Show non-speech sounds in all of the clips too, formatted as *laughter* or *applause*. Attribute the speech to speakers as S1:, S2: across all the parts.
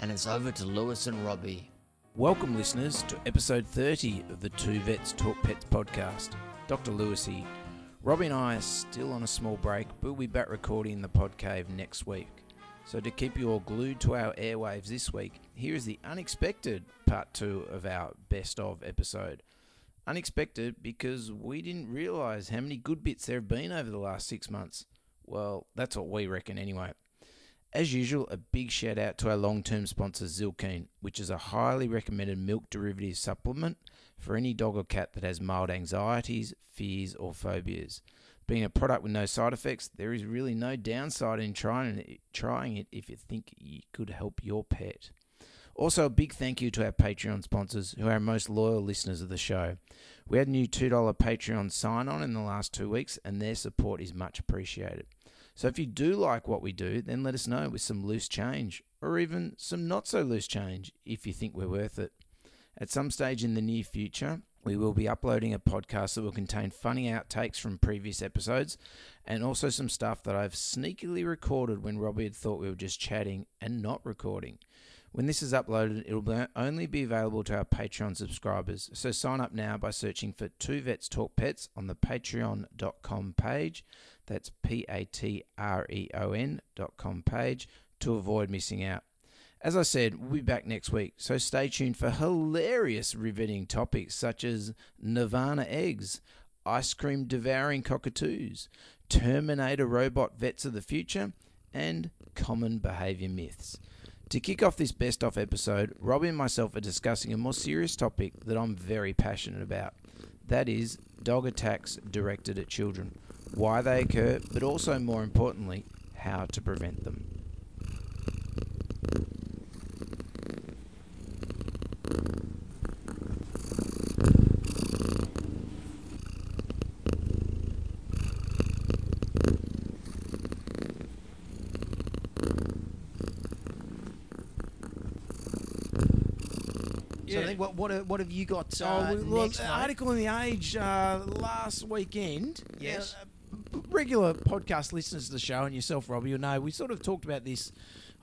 S1: and it's over to Lewis and Robbie.
S2: Welcome, listeners, to episode 30 of the Two Vets Talk Pets podcast. Dr. Lewis here. Robbie and I are still on a small break, but we'll be back recording the Podcave next week. So, to keep you all glued to our airwaves this week, here is the unexpected part two of our best of episode. Unexpected because we didn't realise how many good bits there have been over the last six months. Well, that's what we reckon anyway. As usual, a big shout out to our long term sponsor, Zilkeen, which is a highly recommended milk derivative supplement for any dog or cat that has mild anxieties, fears, or phobias. Being a product with no side effects, there is really no downside in trying it, trying it if you think it could help your pet. Also, a big thank you to our Patreon sponsors, who are our most loyal listeners of the show. We had a new $2 Patreon sign on in the last two weeks, and their support is much appreciated. So if you do like what we do, then let us know with some loose change, or even some not so loose change if you think we're worth it. At some stage in the near future, we will be uploading a podcast that will contain funny outtakes from previous episodes and also some stuff that I've sneakily recorded when Robbie had thought we were just chatting and not recording. When this is uploaded, it will only be available to our Patreon subscribers. So sign up now by searching for Two Vets Talk Pets on the patreon.com page. That's P A T R E O N dot com page to avoid missing out. As I said, we'll be back next week, so stay tuned for hilarious, riveting topics such as Nirvana eggs, ice cream devouring cockatoos, Terminator robot vets of the future, and common behavior myths. To kick off this best of episode, Robbie and myself are discussing a more serious topic that I'm very passionate about. That is dog attacks directed at children, why they occur, but also more importantly, how to prevent them. So I think what what what have you got? Uh,
S3: Oh, we- well,
S2: next,
S3: the
S2: mate?
S3: article in the Age uh, last weekend.
S2: Yes.
S3: Uh, b- regular podcast listeners to the show and yourself, Robbie, you'll know we sort of talked about this.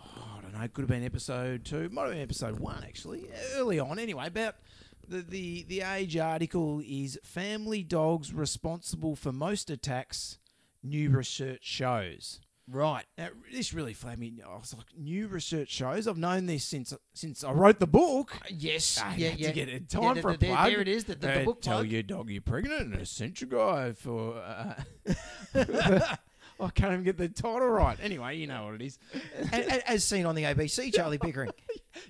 S3: Oh, I don't know. Could have been episode two. Might have been episode one actually. Early on, anyway. About the the the Age article is family dogs responsible for most attacks. New research shows.
S2: right.
S3: Now, this really flamed me. I was like, new research shows. I've known this since since I wrote the book.
S2: Uh, Yes.
S3: I
S2: yeah.
S3: had
S2: yeah.
S3: to get it.
S2: Yeah,
S3: Time
S2: th-
S3: for a
S2: th- there,
S3: plug.
S2: There it is. The, the, the
S3: Uh,
S2: book
S3: tell
S2: plug.
S3: your dog you're pregnant and sent your guy for. Uh, *laughs* I can't even get the title right. Anyway, you know what it is.
S4: A- a- as seen on
S3: *laughs*
S4: the ABC, Charlie Pickering.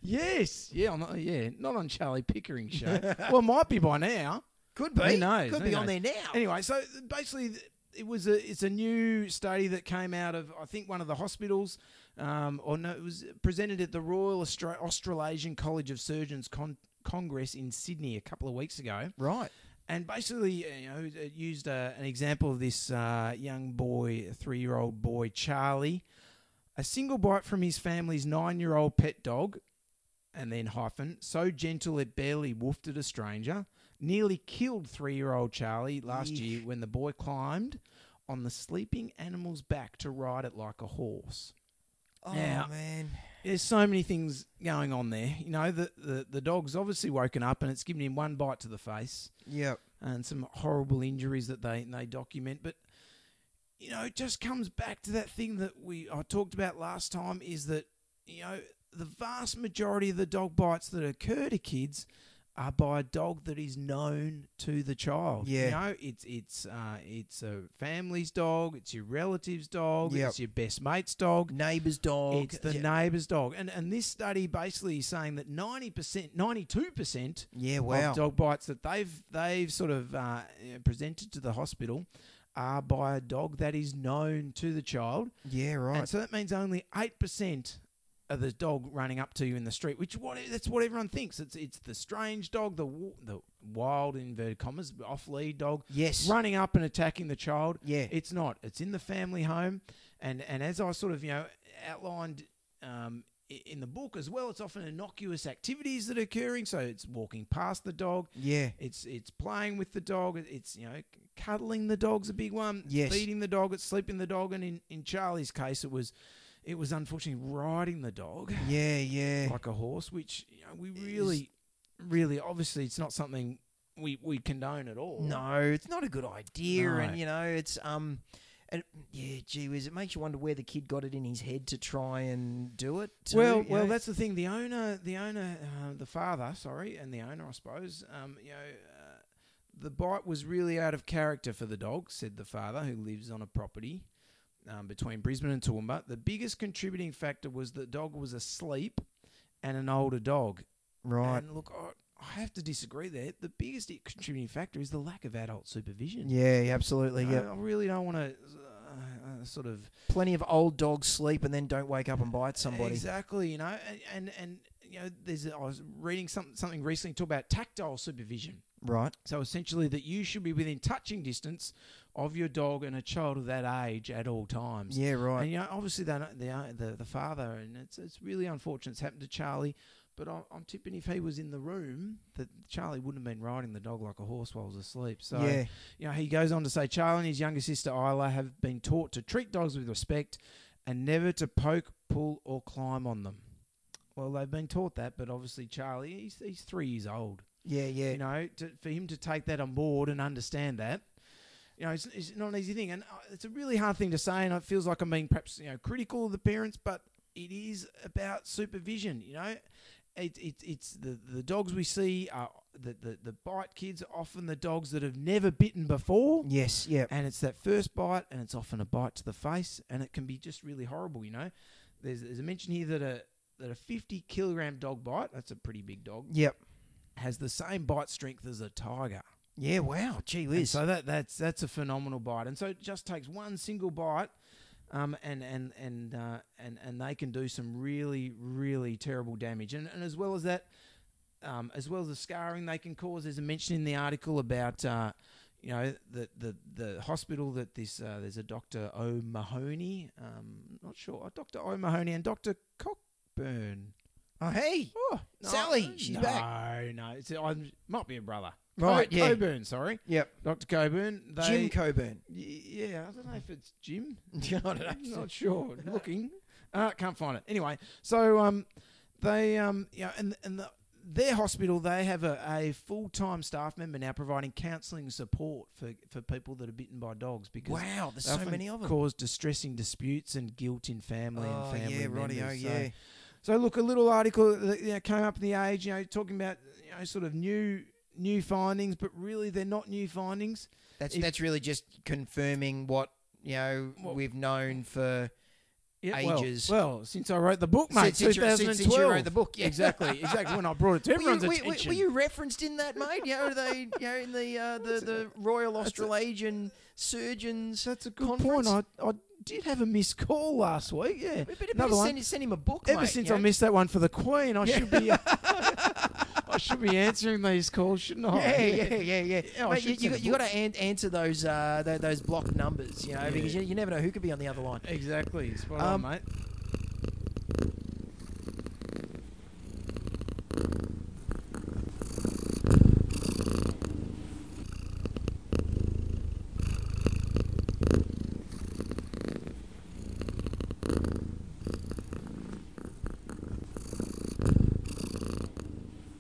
S3: Yes, yeah, on the, yeah, not on Charlie
S2: *laughs*
S3: Pickering show. well, might be by now.
S4: Could be.
S3: Who knows?
S4: Could
S3: Who
S4: be on
S3: knows?
S4: there now.
S3: Anyway, so basically, th- it was a it's a new study that came out of I think one of the hospitals, um, or no, it was presented at the Royal Austra- Australasian College of Surgeons Con- Congress in Sydney a couple of weeks ago.
S4: Right.
S3: And basically, uh, you know, it used uh, an example of this uh, young boy, three year old boy, Charlie. A single bite from his family's nine year old pet dog, and then hyphen, so gentle it barely woofed at a stranger, nearly killed three year old Charlie last year when the boy climbed on the sleeping animal's back to ride it like a horse
S4: Oh,
S3: Now-
S4: man.
S3: there's so many things going on there. You know, the, the, the dog's obviously woken up and it's given him one bite to the face
S4: Yep.
S3: and some horrible injuries that they they document. But you know, it just comes back to that thing that we I talked about last time is that you know the vast majority of the dog bites that occur to kids are by a dog that is known to the child.
S4: Yeah.
S3: you know, it's it's uh, it's a family's dog, it's your relative's dog,
S4: Yep.
S3: it's your best mate's dog.
S4: Neighbour's dog.
S3: It's the
S4: yeah.
S3: neighbour's dog, and and this study basically is saying that ninety percent, ninety two percent
S4: yeah,
S3: of
S4: wow.
S3: dog bites that they've they've sort of uh, you know, presented to the hospital are by a dog that is known to the child,
S4: Yeah, right.
S3: and so that means only eight percent of the dog running up to you in the street, which what that's what everyone thinks. It's it's the strange dog, the wa- the wild inverted commas off lead dog
S4: Yes.
S3: running up and attacking the child.
S4: Yeah.
S3: It's not. It's in the family home, and and as I sort of you know outlined um, i- in the book as well, it's often innocuous activities that are occurring. So it's walking past the dog.
S4: Yeah.
S3: It's it's playing with the dog. It's you know cuddling the dog's a big one. It's
S4: Yes.
S3: feeding the dog. It's sleeping the dog. And in, in Charlie's case, it was it was unfortunately riding the dog
S4: Yeah. Yeah.
S3: like a horse, which you know, we really, really obviously it's not something we we condone at all.
S4: No, it's not a good idea,
S3: No.
S4: and you know, it's um, and yeah, gee whiz, it makes you wonder where the kid got it in his head to try and do it. too,
S3: well,
S4: you
S3: well,
S4: know?
S3: that's the thing. The owner, the owner, uh, the father, sorry, and the owner, I suppose. Um, you know, uh, the bite was really out of character for the dog," said the father, who lives on a property um, between Brisbane and Toowoomba. The biggest contributing factor was the dog was asleep and an older dog.
S4: right.
S3: And look, I, I have to disagree there. The biggest contributing factor is the lack of adult supervision.
S4: yeah, yeah, absolutely.
S3: I-
S4: Yeah,
S3: I really don't want to uh, uh, sort of
S4: plenty of old dogs sleep and then don't wake up and bite somebody.
S3: Exactly, you know, and and, and you know, there's I was reading something something recently talk about tactile supervision.
S4: Right.
S3: So essentially, that you should be within touching distance of your dog and a child of that age at all times.
S4: Yeah. Right.
S3: And you know, obviously, they don't- they are- the the father, and it's it's really unfortunate. It's happened to Charlie, but I'm, I'm tipping if he was in the room, that Charlie wouldn't have been riding the dog like a horse while he was asleep. So
S4: yeah.
S3: you know, he goes on to say Charlie and his younger sister Isla have been taught to treat dogs with respect and never to poke, pull, or climb on them. Well, they've been taught that, but obviously Charlie, he's, he's three years old.
S4: Yeah. Yeah.
S3: You know, to, for him to take that on board and understand that, you know, it's, it's not an easy thing. And uh, it's a really hard thing to say, and it feels like I'm being perhaps, you know, critical of the parents, but it is about supervision, you know. It, it, it's the, the dogs we see are the, the, the bite kids, are often the dogs that have never bitten before.
S4: Yes. Yeah.
S3: And it's that first bite, and it's often a bite to the face, and it can be just really horrible, you know. There's, there's a mention here that a that a 50 kilogram dog bite, that's a pretty big dog,
S4: Yep.
S3: has the same bite strength as a tiger.
S4: Yeah. Wow. Gee
S3: And
S4: whiz.
S3: so that that's that's a phenomenal bite, and so it just takes one single bite, um, and and and uh, and and they can do some really really terrible damage, and and as well as that, um, as well as the scarring they can cause. There's a mention in the article about. Uh, you know the, the the hospital that this uh, there's a Doctor O'Mahony, um, not sure, Doctor O'Mahony and Doctor Cockburn.
S4: oh, hey.
S3: Oh, no,
S4: Sally, she's
S3: no,
S4: back.
S3: No, it's I might be a brother.
S4: Right,
S3: Co-
S4: yeah.
S3: Coburn, sorry.
S4: Yep.
S3: Dr. Coburn. They,
S4: Jim Coburn.
S3: Y- yeah, I don't know if it's Jim.
S4: *laughs* I don't know.
S3: I'm not sure. Looking, uh, can't find it. Anyway, so um, they um, yeah, and and the, their hospital they have a, a full time staff member now providing counselling support for for people that are bitten by dogs because.
S4: Wow. There's
S3: they
S4: so
S3: often
S4: many of them.
S3: Cause distressing disputes and guilt in family
S4: Oh,
S3: and family
S4: yeah,
S3: members.
S4: rightio,
S3: So-
S4: yeah.
S3: so look, a little article that you know, came up in the Age, you know, talking about you know sort of new new findings, but really they're not new findings.
S4: That's
S3: If-
S4: that's really just confirming what you know
S3: Well-
S4: we've known for
S3: well-
S4: Ages.
S3: Well, since I wrote the book, mate,
S4: Since- since you- since-
S3: 2012.
S4: since you wrote the book, yeah.
S3: exactly, exactly. When I brought it to
S4: *laughs* Were you,
S3: everyone's
S4: were- were-
S3: attention.
S4: were you referenced in that, mate? You know, they, you know, in the *laughs* uh, the, the Royal Australasian Surgeons.
S3: That's a good
S4: Conference?
S3: point. I, I did have a missed call last week. Yeah,
S4: We better, better
S3: another one.
S4: send, send him a book,
S3: Ever
S4: mate,
S3: since
S4: you
S3: I
S4: know.
S3: missed that one for the Queen, I should
S4: *laughs*
S3: be. *laughs* I should be answering these calls, shouldn't I?
S4: Oh, Yeah, Oh, yeah, yeah, *laughs* yeah.
S3: Yeah, I
S4: Mate,
S3: should
S4: you, you,
S3: send a
S4: got- you
S3: book.
S4: got to an- answer those uh, tho- those blocked numbers, you know, because you, you never know who could be on the other line.
S3: Exactly. Spot
S4: Um,
S3: on, mate.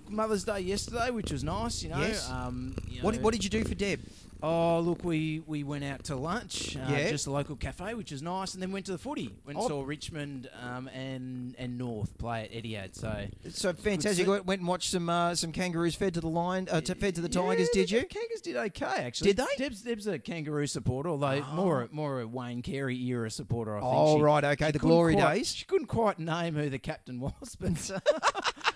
S3: Mother's Day yesterday, which was nice, you know.
S4: Yes.
S3: Um, you
S4: What,
S3: know-
S4: did- what did you do for Deb?
S3: Oh, look, we, we went out to lunch, uh,
S4: Yeah.
S3: just a local cafe, which was nice, and then went to the footy. Went and
S4: Oh.
S3: saw Richmond um, and and North play at Etihad. So
S4: So fantastic!
S3: see-
S4: Went went and watched some uh, some kangaroos fed to the lion, uh, to, fed to the
S3: Yeah,
S4: tigers.
S3: the
S4: Did you?
S3: Kangaroos did okay, actually.
S4: Did they? Ah.
S3: Deb's, Deb's a kangaroo supporter, although more more a Wayne Carey era supporter. I think.
S4: Oh
S3: She-
S4: right, okay. The
S3: couldn't
S4: glory
S3: quite-
S4: days. *laughs*
S3: She couldn't quite name who the captain was, but uh,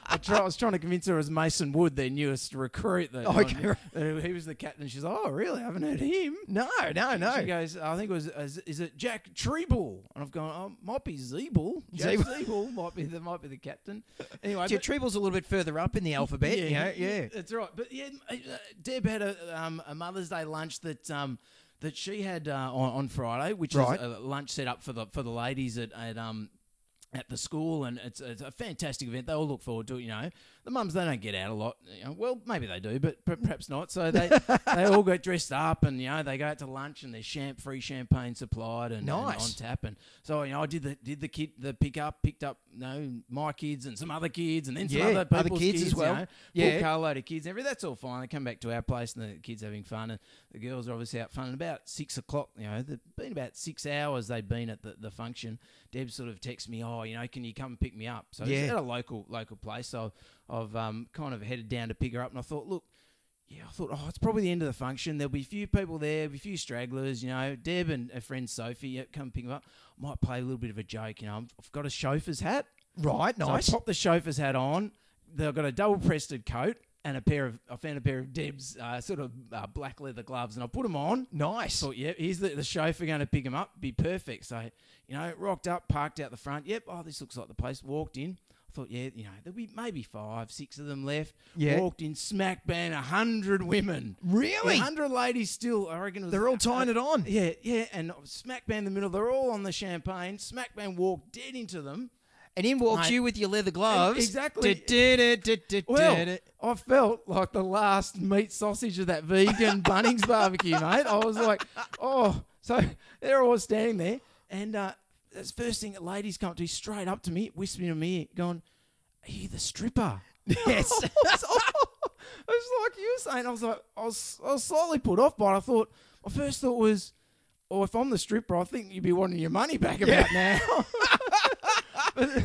S3: I try, I was trying to convince her it was Mason Wood, their newest recruit. That *laughs*
S4: Okay, right.
S3: uh, he was the captain. She's like, oh, really? I haven't heard of him.
S4: No, no,
S3: She
S4: no.
S3: goes, I think it was, is, is it Jack Treble? And I've gone, oh, might be Zeeble. Jack
S4: Zeeble.
S3: Zeeble might be the might be the captain. Anyway,
S4: Your
S3: but-
S4: Treble's a little bit further up in the alphabet, yeah, you know, yeah.
S3: that's right. But yeah, uh, Deb had a, um, a Mother's Day lunch that um, that she had uh, on, on Friday, which
S4: Right.
S3: is a lunch set up for the for the ladies at, at um. At the school, and it's, it's a fantastic event. They all look forward to it. You know, the mums they don't get out a lot. You know, well, maybe they do, but per- perhaps not. So
S4: *laughs*
S3: they they all get dressed up, and you know they go out to lunch, and there's champ free champagne supplied and, and
S4: Nice.
S3: on tap. And so you know, I did the did the kid the pick up, picked up you know my kids and some other kids, and then some
S4: Yeah,
S3: other
S4: other
S3: people's
S4: kids as
S3: you
S4: well.
S3: know.
S4: Yeah.
S3: Full carload of kids. and Everything. That's all fine. They come back to our place and the kids having fun, and the girls are obviously out fun. And about six o'clock, you know, they've been about six hours. They've been at the, the function. Deb sort of texts me, oh, you know, can you come and pick me up? So
S4: Yeah.
S3: it's at a local local place. So I've um, kind of headed down to pick her up, and I thought, look. Yeah, I thought, oh, it's probably the end of the function. There'll be a few people there, there'll be a few stragglers, you know. Deb and her friend Sophie yeah, come pick them up. Might play a little bit of a joke, you know. I've- I've got a chauffeur's hat.
S4: Right,
S3: So
S4: nice.
S3: I popped the chauffeur's hat on. They've got a double breasted coat and a pair of. I found a pair of Deb's uh, sort of uh, black leather gloves, and I put them on.
S4: nice.
S3: Thought, yep, here's the, the chauffeur going to pick him up. Be perfect. So, you know, rocked up, parked out the front. Yep, oh, this looks like the place. Walked in. I thought, yeah, you know, there'll be maybe five, six of them left.
S4: Yeah.
S3: Walked in, smack bang, a hundred women.
S4: Really?
S3: A hundred ladies still, I reckon. It was
S4: They're all tying it on.
S3: Yeah, yeah, and smack bang in the middle. They're all on the champagne. Smack bang walked dead into them.
S4: And in walks
S3: Mate.
S4: you with your leather gloves.
S3: Exactly. Well,
S4: Du-du-du-du-du-du.
S3: I felt like the last meat sausage of that vegan Bunnings barbecue, mate. I was like, oh, so they're all standing there, and uh, that's the first thing that ladies come up to me, straight up to me, whispering in my ear, going, "Are you the stripper?" *laughs*
S4: Yes.
S3: I was, I was like, you were saying, I was like, I was, I was slightly put off by it. I thought, my first thought was, oh, if I'm the stripper, I think you'd be wanting your money back about now. *laughs*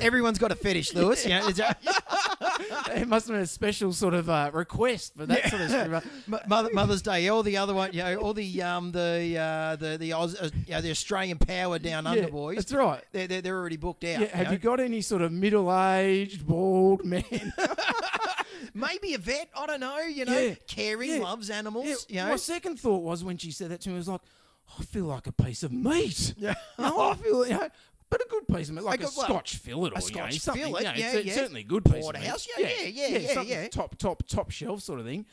S4: Everyone's got a fetish, Lewis. You know, it's uh,
S3: *laughs*
S4: a-
S3: it must have been a special sort of uh, request for that sort of stripper.
S4: Mo- Mother, Mother's Day, all the other one, you know, all the um, the uh, the the Oz, uh, you know, the Australian power down under
S3: Yeah,
S4: boys.
S3: That's right.
S4: They're, they're, they're already booked out.
S3: Yeah, have you got any sort of middle-aged bald *laughs* man?
S4: know. Maybe a vet. I don't know. You know,
S3: Yeah,
S4: caring
S3: yeah,
S4: loves animals.
S3: Yeah,
S4: you know,
S3: My second thought was when she said that to me was like, I feel like a piece of
S4: *laughs*
S3: meat. Yeah, I feel you know, but a good piece of meat, like,
S4: Like
S3: a
S4: a what?
S3: Scotch fillet or
S4: A
S3: you know,
S4: Scotch
S3: something,
S4: fillet,
S3: you know,
S4: yeah,
S3: cer-
S4: yeah.
S3: certainly good piece
S4: Porterhouse,
S3: of
S4: yeah,
S3: meat.
S4: yeah, yeah, yeah,
S3: something
S4: yeah.
S3: top top top shelf sort of thing.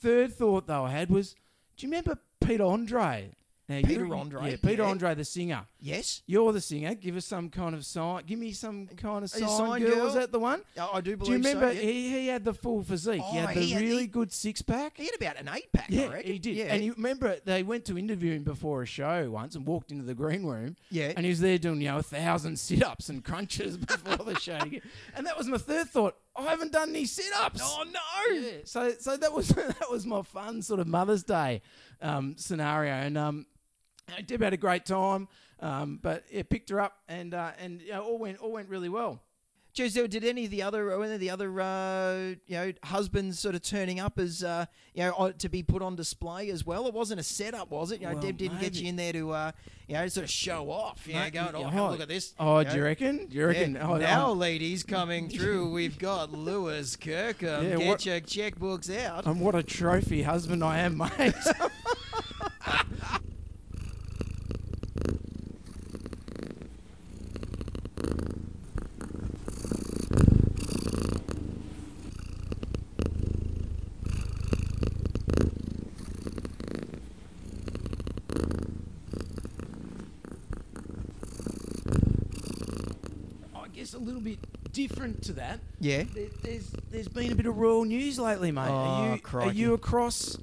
S3: Third thought though I had was, do you remember Peter Andre? Now,
S4: Peter
S3: you-
S4: Andre,
S3: yeah, Peter
S4: yeah.
S3: Andre the singer.
S4: yes,
S3: You're the singer. Give us some kind of sign. Give me some kind of
S4: A
S3: sign,
S4: sign
S3: girl.
S4: girl?
S3: Is that the one?
S4: I, I do believe.
S3: Do you remember
S4: So, yeah.
S3: he, he had the full physique? he
S4: Oh,
S3: had the
S4: he had-
S3: really
S4: he-
S3: good six pack.
S4: He had about an eight pack. I
S3: Yeah,
S4: reckon.
S3: he did.
S4: Yeah,
S3: And you remember they went to interview him before a show once and walked into the green room.
S4: Yeah.
S3: And he was there doing, you know, a thousand sit ups and crunches *laughs* before the show. And that was my third thought. I haven't done any sit ups.
S4: oh no.
S3: Yeah, so so that was *laughs* that was my fun sort of Mother's Day um, scenario, and um, I Deb had a great time, um, but yeah, picked her up, and uh, and you know, all went all went really well.
S4: Geez, so did any of the other, or any of the other, uh, you know, husbands sort of turning up as, uh, you know, on- to be put on display as well? It wasn't a setup, was it? You know,
S3: Well,
S4: Deb didn't get
S3: maybe.
S4: you in there to, uh, you know, sort of show off. You know,
S3: Mate,
S4: going, oh,
S3: yeah,
S4: have a
S3: hi.
S4: look at this.
S3: Oh,
S4: you
S3: do you
S4: know.
S3: reckon? Do you reckon?
S4: Yeah.
S3: Oh,
S4: now,
S3: I'm-
S4: ladies, coming through, we've got Lewis
S3: *laughs*
S4: Kirkham.
S3: Yeah,
S4: get
S3: what- Oh.
S4: your checkbooks out.
S3: and what a trophy husband I am, mate. *laughs* I guess a little bit different to that.
S4: Yeah.
S3: There- There's there's been a bit of royal news lately, mate.
S4: Oh,
S3: are you
S4: crikey.
S3: are you across?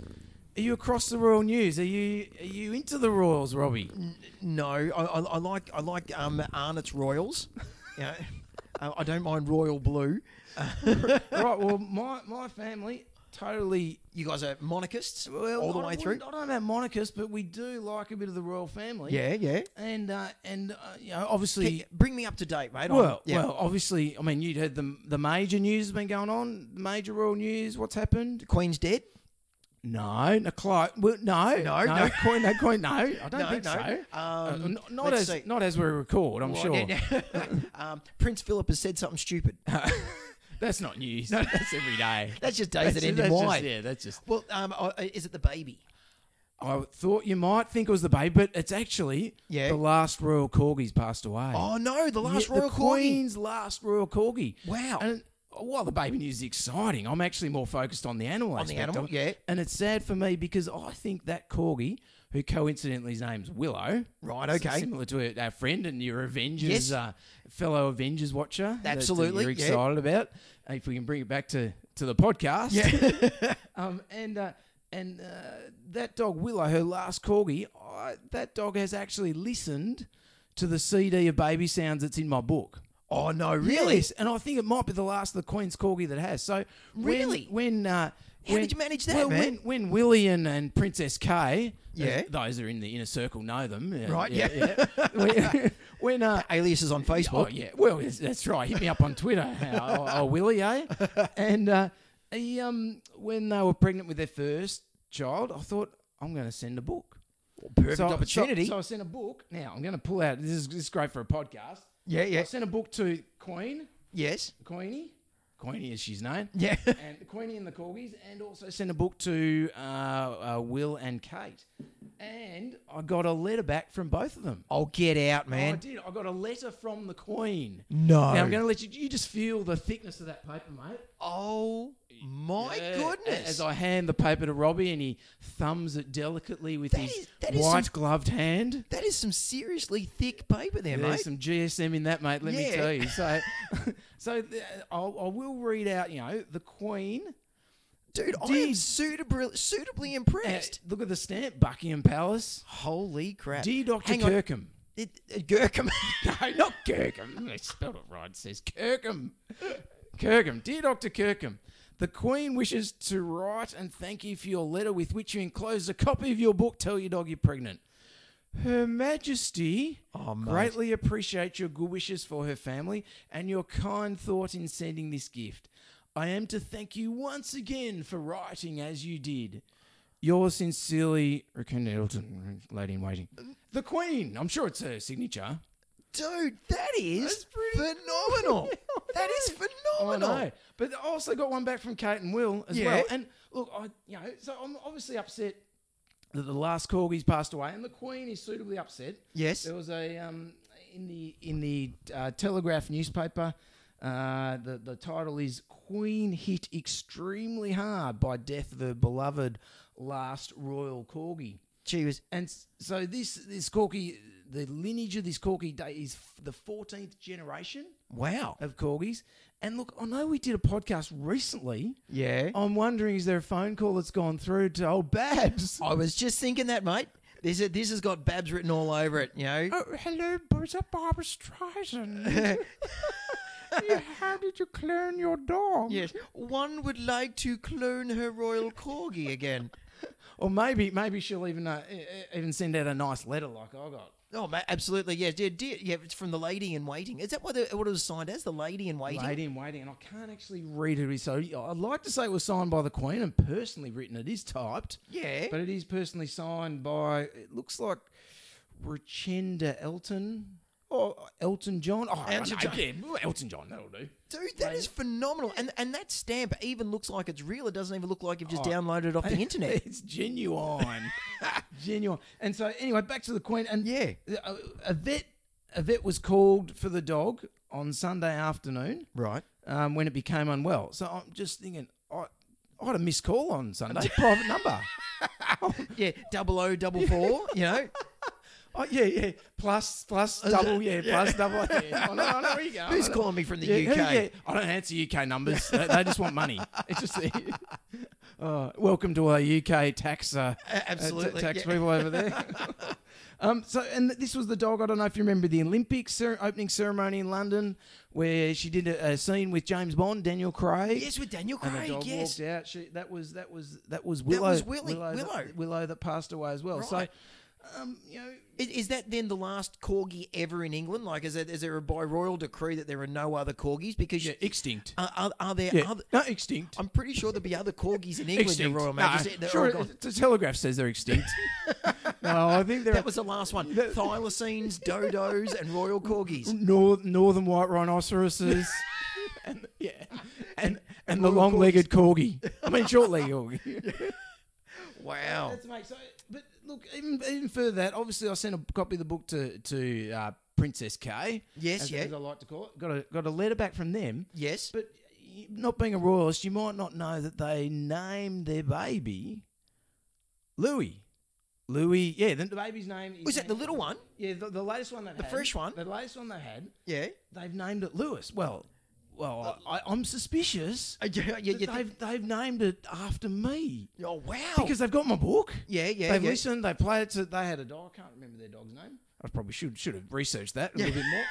S3: Are you across the royal news? Are you are you into the Royals, Robbie?
S4: Mm. No, I, I, I like I like um, Arnott's Royals. you know, *laughs* Uh, I don't mind royal blue.
S3: right. Well, my my family totally.
S4: You guys are monarchists
S3: Well,
S4: all the
S3: I
S4: way
S3: wouldn't-
S4: through.
S3: I don't know about monarchists, but we do like a bit of the royal family.
S4: Yeah, yeah.
S3: And uh, and uh, you know,
S4: Keep-
S3: obviously.
S4: bring me up to date, mate. I'm-
S3: Well,
S4: yeah.
S3: well, obviously, I mean, you'd heard the the major news has been going on, the major royal news. What's happened?
S4: Queen's dead.
S3: No, no, Clive. Well, no,
S4: No,
S3: no,
S4: no.
S3: no, coin, no, coin, no. I don't
S4: *laughs* No,
S3: think
S4: no.
S3: so.
S4: Um,
S3: Uh, n- not
S4: let's
S3: as
S4: see.
S3: not as we record. I'm
S4: Well,
S3: sure.
S4: *laughs*
S3: *laughs*
S4: yeah, yeah. um, Prince Philip has said something stupid.
S2: That's not
S4: *laughs*
S2: news. that's every day.
S4: That's just days
S2: That's-
S4: that end in
S2: that's just-
S4: Y.
S2: Yeah, that's just.
S4: Well, um, uh, is it the baby?
S3: I thought you might think it was the babe, but it's actually
S4: Yeah.
S3: the last royal corgis passed away.
S4: Oh no, the last
S3: Yeah,
S4: royal
S3: the
S4: corgi.
S3: Queen's last royal corgi.
S4: Wow.
S3: And while the baby news is exciting, I'm actually more focused on the animal
S4: the
S3: aspect
S4: animal,
S3: of it.
S4: yeah.
S3: And it's sad for me because I think that corgi, who coincidentally his name's Willow,
S4: Right,
S3: s-
S4: okay.
S3: similar to our friend and your Avengers,
S4: Yes.
S3: uh, fellow Avengers watcher, that, uh,
S4: Absolutely,
S3: you're
S4: yeah.
S3: excited about. If we can bring it back to to the podcast,
S4: *laughs*
S3: yeah. um, and. Uh, and uh, that dog Willow, her last corgi, I, that dog has actually listened to the CD of baby sounds that's in my book.
S4: Oh no, really?
S3: Yes, and I think it might be the last of the Queen's corgi that has. So when-
S4: Really?
S3: when uh,
S4: How
S3: when-
S4: did you manage that,
S3: well,
S4: man?
S3: When, when Willie and, and Princess Kay,
S4: Yeah.
S3: uh, those are in the inner circle know them, uh,
S4: Right,
S3: yeah. *laughs* when, when uh,
S4: Aliases on Facebook.
S3: Oh yeah, well yes, that's right. Hit me up on Twitter, *laughs* oh, oh Willie,
S4: *laughs*
S3: eh? And uh, he, um, when they were pregnant with their first child, I thought I'm going to send a book.
S4: Perfect
S3: So-
S4: opportunity.
S3: So, so I sent a book. Now I'm going to pull out. This is, this is great for a podcast.
S4: yeah,
S3: I
S4: yeah,
S3: sent a book to Queen.
S4: yes,
S3: Queenie. Queenie is she's known.
S4: yeah.
S3: *laughs*
S4: *laughs*
S3: And Queenie and the Corgis, and also sent a book to uh, uh, Will and Kate. And I got a letter back from both of them. Oh,
S4: I'll get out,
S3: I
S4: man.
S3: did. I got a letter from the Queen.
S4: no.
S3: Now I'm going to let you. You just feel the thickness of that paper, mate.
S4: oh my
S3: Yeah.
S4: goodness!
S3: As I hand the paper to Robbie, and he thumbs it delicately with
S4: That
S3: his
S4: is- that is some-
S3: white gloved hand.
S4: that is some seriously thick paper there,
S3: There's
S4: mate.
S3: some GSM in that, mate. Let me
S4: Yeah.
S3: tell you. So, *laughs* so th- I'll, I will read out. You know, the Queen.
S4: Dude, I am
S3: Did-
S4: suitably suitably
S3: Uh,
S4: impressed.
S3: look at the stamp, Buckingham Palace.
S4: Holy crap!
S3: Dear Dr.
S4: Uh, Hang on.
S3: Kirkham.
S4: It- uh, Gurkham. *laughs*
S3: No, *laughs* not Kirkham. They spelled it right. It says Kirkham. Kirkham. Dear Dr. Kirkham, the Queen wishes to write and thank you for your letter with which you enclosed a copy of your book, Tell Your Dog You're Pregnant. Her Majesty
S4: Oh, mate.
S3: greatly appreciates your good wishes for her family and your kind thought in sending this gift. I am to thank you once again for writing as you did. Yours sincerely, Rickon Edelton, lady in waiting. The Queen. I'm sure it's her signature.
S4: Dude, that is
S3: That's pretty *laughs*
S4: phenomenal.
S3: I
S4: that is
S3: I
S4: phenomenal.
S3: know. Oh, But I also got one back from Kate and Will as
S4: Yeah.
S3: well. And look, I you know, so I'm obviously upset that the last corgi's passed away, and the Queen is suitably upset.
S4: Yes.
S3: There was a um, in the in the uh, Telegraph newspaper. Uh, the the title is "Queen Hit Extremely Hard by Death of Her Beloved Last Royal Corgi."
S4: She was
S3: And s- so this this corgi, the lineage of this corgi day is f- the fourteenth generation
S4: wow.
S3: of corgis. And look, I know we did a podcast recently.
S4: Yeah.
S3: I'm wondering, is there a phone call that's gone through to old Babs?
S2: Oh,
S4: I was just thinking that, mate. This is, this has got Babs written all over it. You know.
S2: Oh, hello, is that Barbara
S3: *laughs*
S2: Streisand? Yeah, How did you clone your dog?
S4: Yes. One would like to clone her royal corgi again.
S3: Or maybe maybe she'll even uh, e- e- even send out a nice letter like I got.
S4: Oh, mate, absolutely. Yeah, dear, dear, yeah. It's from the lady in waiting. Is that what, the, what it was signed as? The lady in waiting.
S3: Lady in waiting, and I can't actually read it. So I'd like to say it was signed by the Queen and personally written. It is typed,
S4: Yeah.
S3: but it is personally signed by. It looks like Richenda Elton or Elton John. Oh,
S4: Elton
S3: no,
S4: John.
S3: yeah, Elton John. That'll do.
S4: Dude, that is phenomenal. And and that stamp even looks like it's real. It doesn't even look like you've just
S3: Oh. *laughs*
S4: downloaded it off *laughs* the internet.
S3: It's genuine. *laughs* genuine. And so, anyway, back to the Queen. And
S4: Yeah.
S3: a, a vet a vet was called for the dog on Sunday afternoon
S4: Right.
S3: um, when it became unwell. So I'm just thinking, I, I had a missed call on Sunday, *laughs* private number.
S4: Yeah, double O, double *laughs* four, you know.
S3: *laughs* Oh yeah, yeah. Plus, plus, double, yeah, plus, double. *laughs* Yeah. I know, I know where you go.
S4: Who's
S3: I know.
S4: calling me from the
S3: Yeah,
S4: UK?
S3: who- yeah. I don't answer UK numbers. they, they just want
S4: *laughs*
S3: money. It's just *laughs* Oh, welcome to our UK tax uh, uh, ta-
S4: absolutely,
S3: tax
S4: yeah.
S3: people over
S4: *laughs*
S3: there. *laughs* um, so, and th- this was the dog. I don't know if you remember the Olympic cer- opening ceremony in London, where she did a, a scene with James Bond, Daniel Craig.
S4: Yes, with Daniel
S3: And
S4: Craig,
S3: the dog
S4: yes.
S3: walked out. She, that was that was that was Willow.
S4: was Willy-
S3: that-
S4: Willow.
S3: Willow that passed away as well.
S4: Right.
S3: So, um, you know,
S4: Is, is that then the last corgi ever in England? Like, is there, is there a by royal decree that there are no other corgis? Because you-
S3: extinct.
S4: are, are, are there
S3: yeah,
S4: other?
S3: no, extinct.
S4: I'm pretty sure there'd be other corgis in England, Your Royal Majesty. They're all
S3: sure,
S4: gone.
S3: the telegraph says they're extinct. *laughs* no, I think there are
S4: That was the last one. Thylacines, dodos, and royal corgis.
S3: nor- northern white rhinoceroses. *laughs* and, yeah, and the
S4: Royal
S3: long-legged corgi. I mean, *laughs* short-legged corgi. Oh.
S4: Wow.
S3: That's mate. So, but look, even, even further than that, obviously, I sent a copy of the book to to uh, Princess K.
S4: Yes,
S3: as,
S4: yeah.
S3: as I like to call it. Got a got a letter back from them.
S4: Yes.
S3: But y- not being a royalist, you might not know that they named their baby Louis. Louis, yeah, the, the baby's name is
S4: Was Oh, that the little one?
S3: Yeah, the, the latest one they've
S4: The
S3: had-
S4: fresh one?
S3: The latest one they had,
S4: Yeah.
S3: they've named it Lewis. Well, well, I, I'm suspicious.
S4: Uh, yeah, yeah,
S3: that
S4: you
S3: they've
S4: think-
S3: they've named it after me
S4: Oh wow.
S3: because they've got my book.
S4: yeah, yeah,
S3: they've
S4: yeah.
S3: listened. They played it. To, they had a dog. I can't remember their dog's name. I probably should should have researched that a little bit
S4: *laughs*
S3: more.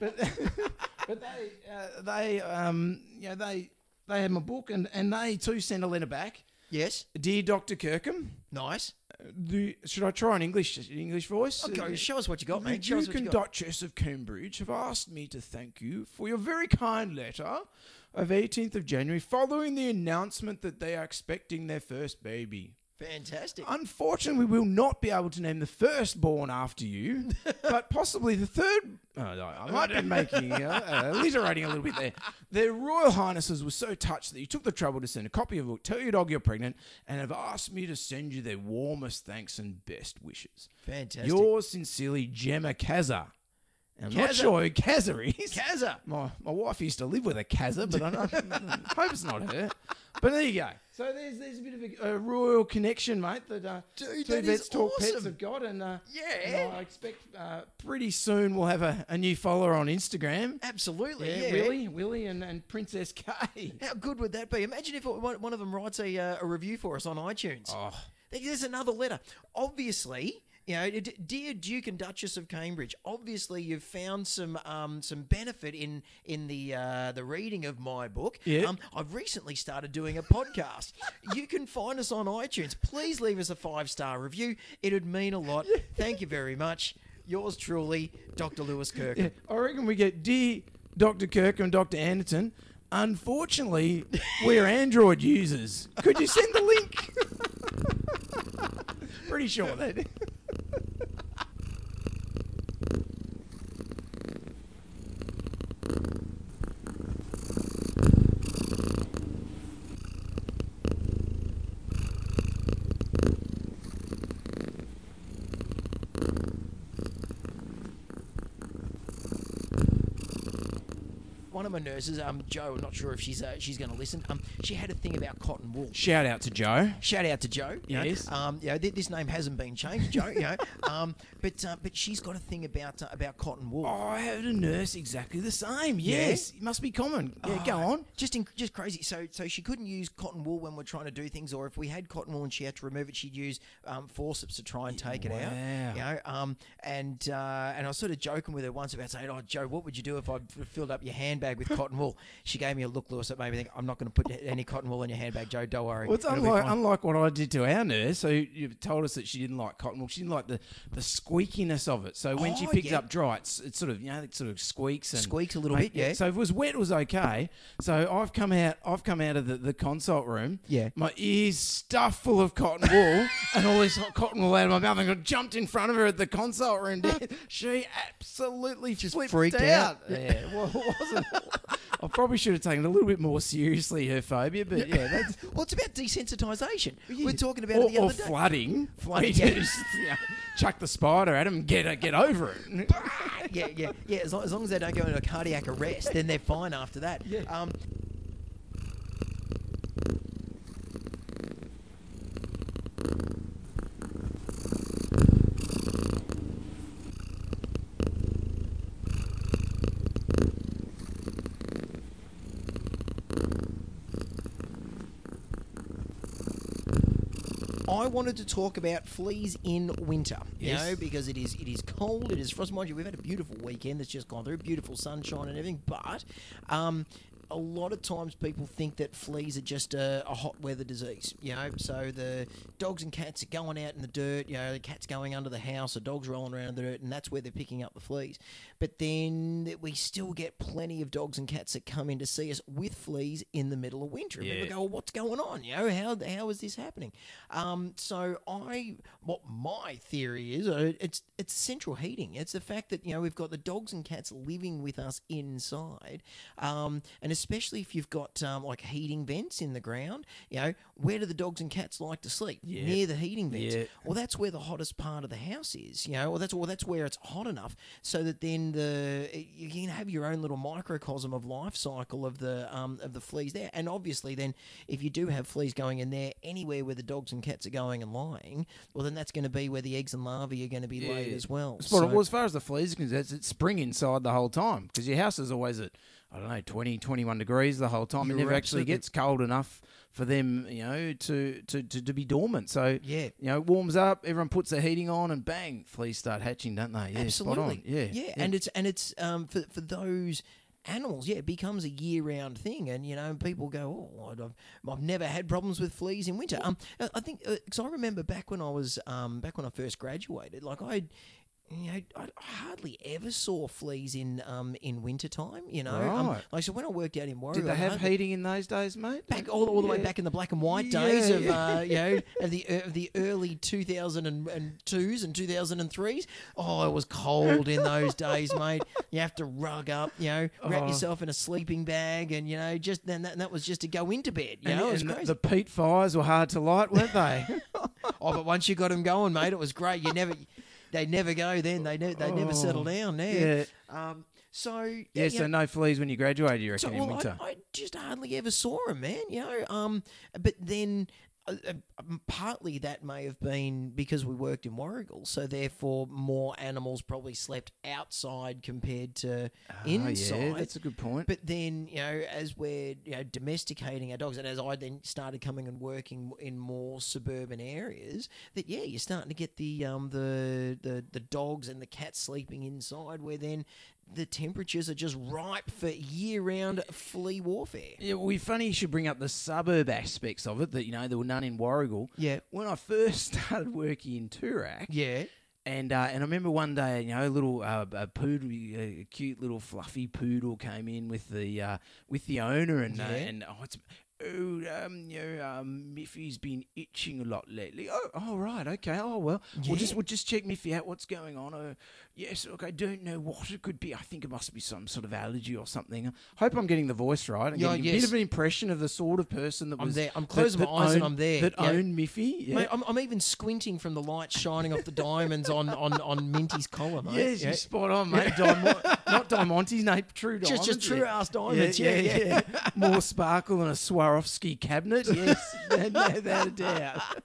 S3: But *laughs* but they uh, they um you know they they had my book and and they too sent a letter back.
S4: Yes.
S3: Dear Doctor Kirkham,
S4: Nice.
S3: the, should I try an English an English voice?
S4: Okay,
S3: Uh,
S4: show us what you got,
S3: the
S4: mate. Show us
S3: Duke
S4: what you
S3: and
S4: got.
S3: Duchess of Cambridge have asked me to thank you for your very kind letter of 18th of January following the announcement that they are expecting their first baby.
S4: Fantastic.
S3: Unfortunately, we will not be able to name the firstborn after you, but possibly the third. Oh, no, I might be making, uh, uh, alliterating a little bit there. Their Royal Highnesses were so touched that you took the trouble to send a copy of a book, tell your dog you're pregnant, and have asked me to send you their warmest thanks and best wishes.
S4: Fantastic.
S3: Yours sincerely, Gemma Kazza. I'm not
S4: Kazza?
S3: sure who Kazza is.
S4: Kazza.
S3: My, my wife used to live with a Kazza, but I don't,
S4: *laughs*
S3: *laughs* hope it's not her. But there you go. So there's there's a bit of a, a royal connection, mate. That uh,
S4: Dude,
S3: two
S4: that
S3: vets
S4: is
S3: talk pets
S4: awesome.
S3: have got, and uh,
S4: Yeah.
S3: and I expect uh, pretty soon we'll have a, a new follower on Instagram.
S4: Absolutely. Yeah.
S3: Willie, Willie, and, and Princess K.
S4: How good would that be? Imagine if one one of them writes a, uh, a review for us on iTunes.
S3: Oh.
S4: There's another letter. Obviously, you know, d- dear Duke and Duchess of Cambridge. Obviously, you've found some um, some benefit in in the uh, the reading of my book.
S3: Yeah.
S4: Um, I've recently started doing a podcast. you can find us on iTunes. Please leave us a five star review. It would mean a lot. Thank you very much. Yours truly, Dr. Lewis Kirk.
S3: Yeah, I reckon we get dear Dr. Kirk and Dr. Anderton. *laughs* Unfortunately, we're Android users. Could you send the link? Pretty sure they did.
S4: One of my nurses, um, Joe. I'm not sure if she's uh, she's going to listen. Um, she had a thing about cotton wool.
S3: Shout out to Joe.
S4: Shout out to Joe. You
S3: Yes.
S4: Know, um, you know, th- this name hasn't been changed, Joe. You know, *laughs* um, but uh, but she's got a thing about uh, about cotton wool.
S3: Oh, I had a nurse exactly the same. Yes, it must be common. Yeah, go
S4: Oh,
S3: on.
S4: Just in, just crazy. So so she couldn't use cotton wool when we're trying to do things, or if we had cotton wool and she had to remove it, she'd use um, forceps to try and take it out. You
S3: Wow.
S4: know, um, and uh, and I was sort of joking with her once about saying, "Oh, Joe, what would you do if I f- filled up your handbag with cotton wool?" *laughs* She gave me a look, Lewis, that made me think, "I'm not going to put any cotton wool in your handbag, Joe. Don't worry."
S3: Well, it's
S4: It'll be
S3: unlike,
S4: fine."
S3: unlike what I did to our nurse, who you told us that she didn't like cotton wool. She didn't like the, the squeakiness of it. So when she
S4: Oh,
S3: picked it
S4: yeah.
S3: up dry, it's, it sort of you know it sort of squeaks and
S4: Squeaks a little bit, yeah.
S3: So if it was wet, it was okay. So I've come out, I've come out of the, the consult room.
S4: Yeah.
S3: my ears stuffed full of cotton wool *laughs* and all this hot cotton wool out of my mouth, and I jumped in front of her at the consult room. *laughs* she absolutely just flipped
S4: freaked out.
S3: *laughs* Yeah, well, it wasn't. I probably should have taken it a little bit more seriously her phobia, but yeah, that's
S4: well, it's about desensitisation. We're talking about
S3: or,
S4: it the other
S3: or
S4: day.
S3: flooding.
S4: Flooding,
S3: Flooding.
S4: yeah.
S3: Just, you know, chuck the spider at him. Get it- get over it.
S4: yeah, yeah, yeah. As long, as long as they don't go into a cardiac arrest, then they're fine after that.
S3: Yeah.
S4: Um, I wanted to talk about fleas in winter. You
S3: Yes.
S4: know, because it is it is cold, it is frost. Mind you, we've had a beautiful weekend that's just gone through, beautiful sunshine and everything. But um, a lot of times people think that fleas are just a, a hot weather disease. You know, so the dogs and cats are going out in the dirt. You know, the cat's going under the house, the dog's rolling around in the dirt, and that's where they're picking up the fleas. But then that we still get plenty of dogs and cats that come in to see us with fleas in the middle of winter. And people
S2: Yeah.
S4: go, well, what's going on? You know, how how is this happening? Um, so I, what my theory is, uh, it's it's central heating. It's the fact that you know we've got the dogs and cats living with us inside, um, and as especially if you've got um, like heating vents in the ground. You know, where do the dogs and cats like to sleep?
S2: Yeah.
S4: Near the heating vents.
S2: Yeah.
S4: Well, that's where the hottest part of the house is. You know, or that's or that's where it's hot enough so that then the you can have your own little microcosm of life cycle of the um, of the fleas there. And obviously, then if you do have fleas going in there anywhere where the dogs and cats are going and lying, well, then that's going to be where the eggs and larvae are going to be laid
S2: Yeah.
S4: as well.
S3: That's what it-
S4: So-
S3: well, as far as the fleas are concerned, it's- it's spring inside the whole time because your house is always at, I don't know, 20, 21 degrees the whole time.
S4: You're
S3: it never actually
S4: absolutely-
S3: gets cold enough for them, you know, to, to, to, to be dormant. So,
S4: Yeah.
S3: you know, it warms up, everyone puts their heating on, and bang, fleas start hatching, don't they? Yeah, spot on.
S4: Absolutely.
S3: Yeah.
S4: yeah. And it's and it's um, for for those animals, yeah, it becomes a year round thing. And you know, people go, oh, I'd- I've, I've never had problems with fleas in winter. Um, I I think because I remember back when I was um back when I first graduated, like I. You know, I hardly ever saw fleas in um in winter time. You know, um,
S3: Right.
S4: like so when I worked out in Warrior,
S3: Did they have heating in those days, mate?
S4: back all, all the way
S3: Yeah.
S4: back in the black and white days
S3: Yeah, *laughs*
S4: of
S3: yeah.
S4: uh, you know of the of the early 2002s and 2003s. Oh, it was cold in those days, mate. You have to rug up, you know, wrap
S3: Oh.
S4: yourself in a sleeping bag, and you know, just then that, that was just to go into bed. You
S3: And,
S4: know, it was
S3: and the-
S4: crazy.
S3: the peat fires were hard to light, weren't
S4: *laughs*
S3: they?
S4: oh, but once you got them going, mate, it was great. You never. They never go then. They ne- they never
S3: Oh,
S4: settle down there. Um, so
S3: Yeah,
S4: you know-
S3: so no fleas when you graduate, you reckon,
S4: So,
S3: in
S4: well,
S3: winter?
S4: I, I just hardly ever saw him, man. You know, um, but then uh, uh, um, partly that may have been because we worked in Warrigal, so therefore more animals probably slept outside compared to inside.
S3: Oh, Ah, Yeah, that's a good point.
S4: But then, you know, as we're you know domesticating our dogs, and as I then started coming and working in more suburban areas, that yeah, you're starting to get the um the the the dogs and the cats sleeping inside, where then the temperatures are just ripe for year round flea warfare.
S3: Yeah, well, funny you should bring up the suburb aspects of it. That you know there were none in Warrigal.
S4: Yeah.
S3: When I first *laughs* started working in Turak,
S4: Yeah.
S3: and uh, and I remember one day, you know, a little uh, a poodle, a cute little fluffy poodle came in with the uh, with the owner, and uh,
S4: Yeah.
S3: and oh, it's. Oh, um, you know, um, Miffy's been itching a lot lately. Oh, oh, right, okay. Oh, well, we'll just
S4: Yeah.
S3: we'll just check Miffy out. What's going on? Uh, yes, look, I don't know what it could be. I think it must be some sort of allergy or something. I hope I'm getting the voice right. I'm
S4: Yeah,
S3: getting a
S4: yes.
S3: bit of an impression of the sort of person that
S4: I'm
S3: was.
S4: there. I'm
S3: that-
S4: closing my
S3: that
S4: eyes and
S3: owned-
S4: I'm there.
S3: That
S4: Yeah.
S3: owned Miffy. Yeah.
S4: Mate, I'm, I'm even squinting from the light shining off the diamonds on, on, on Minty's collar, mate.
S3: Yes,
S4: Yeah.
S3: you're spot on, mate.
S4: *laughs*
S3: Diamon- not Diamonte's, no, true
S4: Just-
S3: diamonds.
S4: just true
S3: yeah.
S4: ass diamonds, yeah, yeah.
S3: *laughs* More sparkle than a Swarovski
S4: *laughs*
S3: cabinet. Yes, no, no, without a doubt. *laughs*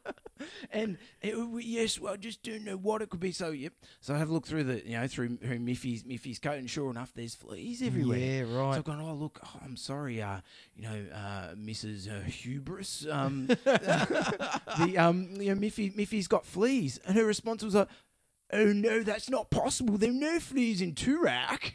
S3: And it, w- yes, well, I just don't know what it could be. So, yep. So I have a look through the, you know, through, through Miffy's Miffy's coat, and sure enough, there's fleas everywhere.
S4: Yeah, right.
S3: So I've gone, oh look, oh, I'm sorry, uh, you know, uh, Mrs. Uh, Hubris. Um,
S4: *laughs*
S3: the um, you know, Miffy Miffy's got fleas, and her response was like, "Oh no, that's not possible. There are no fleas in
S4: *laughs*
S3: Turak."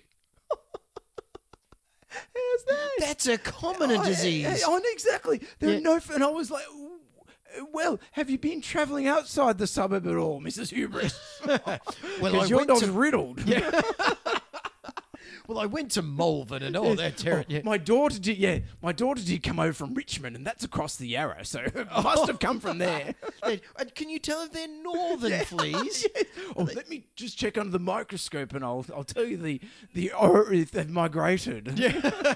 S3: How's that?
S4: That's a common
S3: I-
S4: disease.
S3: I- I- I- exactly. There
S4: Yeah.
S3: are no, f- and I was like, "W- "Well, have you been travelling outside the suburb at all, Mrs. Hubris?
S4: *laughs* well, I
S3: Because your
S4: went
S3: dog's
S4: to,
S3: riddled."
S4: well, I went to Malvern and all that
S3: *laughs*
S4: territory.
S3: Oh, My daughter did, yeah. My daughter did come over from Richmond, and that's across the Yarrow, so *laughs* it must have come from
S4: *laughs*
S3: there.
S4: They- uh, Can you tell if they're *laughs* northern fleas?
S3: Oh, let me just check under the microscope, and I'll I'll tell you the the or if they've migrated. *laughs* Yeah.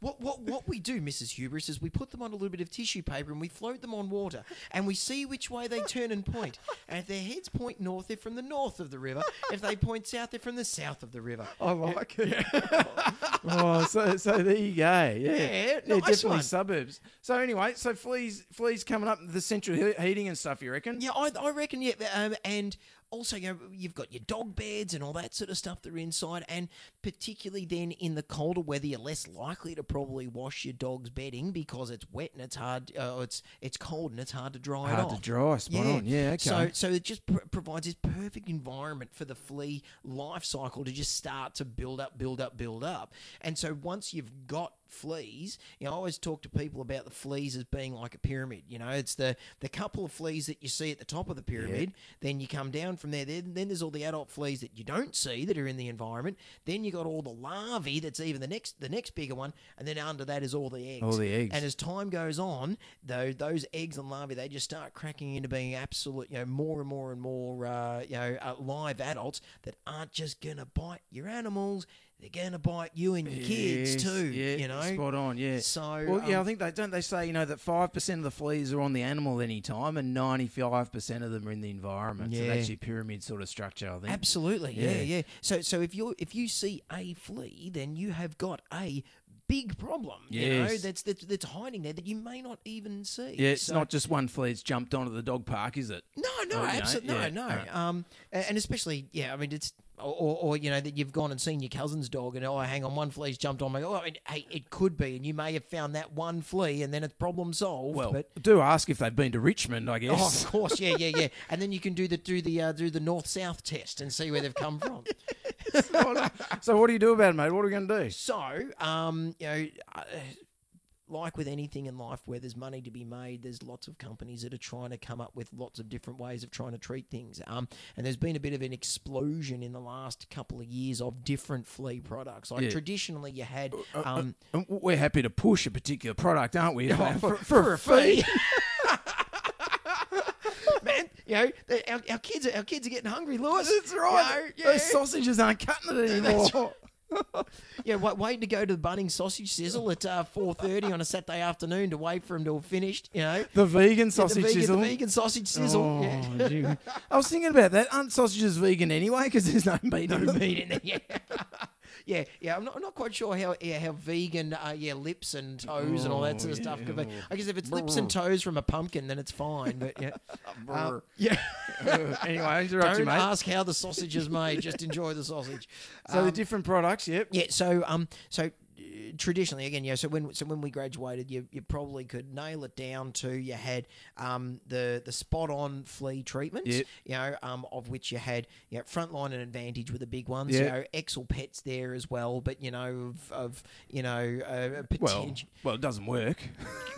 S4: What, what, what we do, Mrs. Hubris, is we put them on a little bit of tissue paper and we float them on water and we see which way they turn and point. And if their heads point north, they're from the north of the river. If they point south, they're from the south of the river.
S3: I like it. *laughs* oh, so so there you go. Yeah,
S4: Yeah, nice
S3: definitely
S4: one.
S3: suburbs. So anyway, so fleas fleas coming up the central he- heating and stuff. You reckon?
S4: Yeah, I, I reckon, yeah. Um, and also, you know, you've got your dog beds and all that sort of stuff that are inside. And particularly then in the colder weather, you're less likely to probably wash your dog's bedding because it's wet and it's hard, uh, it's it's cold and it's hard to dry it
S3: Hard
S4: off.
S3: to dry, spot on. Yeah, okay.
S4: So, so it just pr- provides this perfect environment for the flea life cycle to just start to build up, build up, build up. And so once you've got fleas, you know, I always talk to people about the fleas as being like a pyramid. You know, it's the the couple of fleas that you see at the top of the pyramid. Then you come down from there. Then, then there's all the adult fleas that you don't see that are in the environment. Then you got all the larvae that's even the next the next bigger one. And then under that is all the eggs.
S3: All the eggs.
S4: And as time goes on, though, those eggs and larvae they just start cracking into being absolute, you know, more and more and more or uh, you know uh, live adults that aren't just gonna bite your animals. They're gonna bite you and your kids too.
S2: yeah,
S4: you know.
S2: spot on. Yeah.
S4: So
S3: Well, yeah, I
S4: um,
S3: think they don't. They say you know that five percent of the fleas are on the animal any time, and ninety-five percent of them are in the environment. So
S4: Yeah.
S3: that's your pyramid sort of structure. I think.
S4: Absolutely, yeah.
S3: Yeah.
S4: yeah, So, so if you if you see a flea, then you have got a big problem. You know,
S2: Yes.
S4: that's, that's that's hiding there that you may not even see.
S3: yeah, it's
S4: So-
S3: not just one flea that's jumped onto the dog park, is it?
S4: No,
S2: Oh,
S4: no,
S2: you know,
S4: absolutely,
S2: yeah,
S4: no, no.
S2: alright.
S4: Um, a- and especially, yeah, I mean, it's or, or, or you know that you've gone and seen your cousin's dog, and oh, hang on, one flea's jumped on me. Oh, I mean, hey, it could be, and you may have found that one flea, and then it's problem solved.
S2: Well,
S4: but
S3: do ask if they've been to Richmond, I
S4: Oh,
S3: guess.
S4: of course, yeah, yeah, yeah. And then you can do the do the uh, do the north south test and see where they've
S2: *laughs*
S4: come from.
S3: Oh, *laughs* so what do you do about it, mate? What are we going to do?
S4: So, um, you know, uh, like with anything in life where there's money to be made, there's lots of companies that are trying to come up with lots of different ways of trying to treat things. Um, and there's been a bit of an explosion in the last couple of years of different flea products. Like
S2: Yeah.
S4: traditionally, you had
S3: Uh, uh,
S4: um,
S3: And w- we're happy to push a particular product, aren't *laughs* we? for, Oh, for a
S4: flea. *laughs* Man, you know, the- our, our kids are our kids are getting hungry, Lewis.
S3: That's right. Oh,
S4: You know, yeah.
S3: Those sausages aren't cutting it anymore.
S4: Yeah, wait, waiting to go to the Bunnings sausage sizzle at uh, four thirty on a Saturday afternoon to wait for them to have finished. You know,
S3: The vegan
S4: Yeah, the
S3: sausage
S4: vegan,
S3: sizzle.
S4: The vegan sausage sizzle. yeah.
S3: Oh, gee. I was thinking about that. Aren't sausages vegan anyway? Because there's no meat *laughs* in them.
S4: Meat in there, *laughs* yeah. yeah, yeah. I'm not, I'm not quite sure how yeah, how vegan uh, yeah lips and toes and all that sort of stuff could be.
S3: Oh,
S4: I guess if it's lips and toes from a pumpkin, then it's fine. But
S3: *laughs*
S4: yeah, Um, yeah.
S3: Uh, anyway, I interrupt you,
S4: Don't
S3: mate.
S4: ask how the sausage is made. Just enjoy the sausage.
S3: so the
S4: Um,
S3: different products, yep.
S4: Yeah. So um. So uh, traditionally, again, yeah. So when so when we graduated, you you probably could nail it down to you had um the the spot on flea treatments.
S2: Yep.
S4: You know um of which you had you know frontline and advantage were the big ones.
S3: Yep.
S4: You know Excel pets there as well, but you know of, of you know uh,
S2: well,
S4: potential.
S2: well, it doesn't work.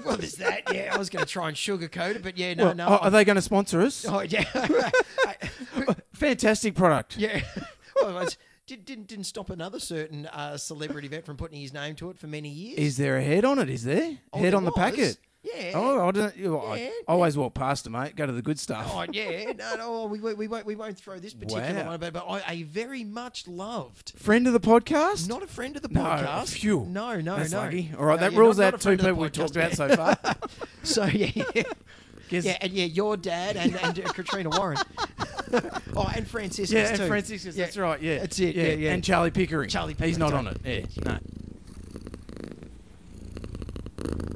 S4: Well, there's that. Yeah, I was going to try and sugarcoat it, but yeah, no,
S3: Well,
S4: no.
S3: are, are they going to sponsor us?
S4: oh *laughs* yeah.
S3: Fantastic product.
S4: Yeah. well, it's, did, didn't didn't stop another certain uh, celebrity vet from putting his name to it for many years.
S3: Is there a head on it? Is there?
S4: Oh,
S3: head
S4: there
S3: on the
S4: was.
S3: packet.
S4: Yeah.
S3: Oh, I don't. you know, I,
S4: Yeah,
S3: I always walk past it, mate. Go to the good stuff.
S4: Oh yeah, no, no, we, we, we won't we won't throw this particular
S3: Wow.
S4: one, but, but I, I very much loved.
S3: Friend of the podcast.
S4: Not a friend of the
S3: No,
S4: podcast.
S3: phew.
S4: No, no,
S3: That's
S4: no.
S3: lucky. All right,
S4: No,
S3: that
S4: yeah, not-
S3: rules
S4: not a
S3: out two
S4: friend of the
S3: people we talked
S4: podcast,
S3: about
S4: yeah.
S3: so far.
S4: *laughs* So yeah, yeah,
S3: Guess-
S4: yeah, and yeah, your dad and,
S3: *laughs*
S4: and uh, Katrina Warren. *laughs* oh, and Franciscus
S3: yeah, and
S4: too.
S3: Franciscus.
S4: Yeah.
S3: That's right. Yeah,
S4: That's it, yeah, yeah.
S3: And Charlie Pickering.
S4: Charlie
S3: He's
S4: Pickering,
S3: not on
S4: sorry.
S3: it. Yeah, no.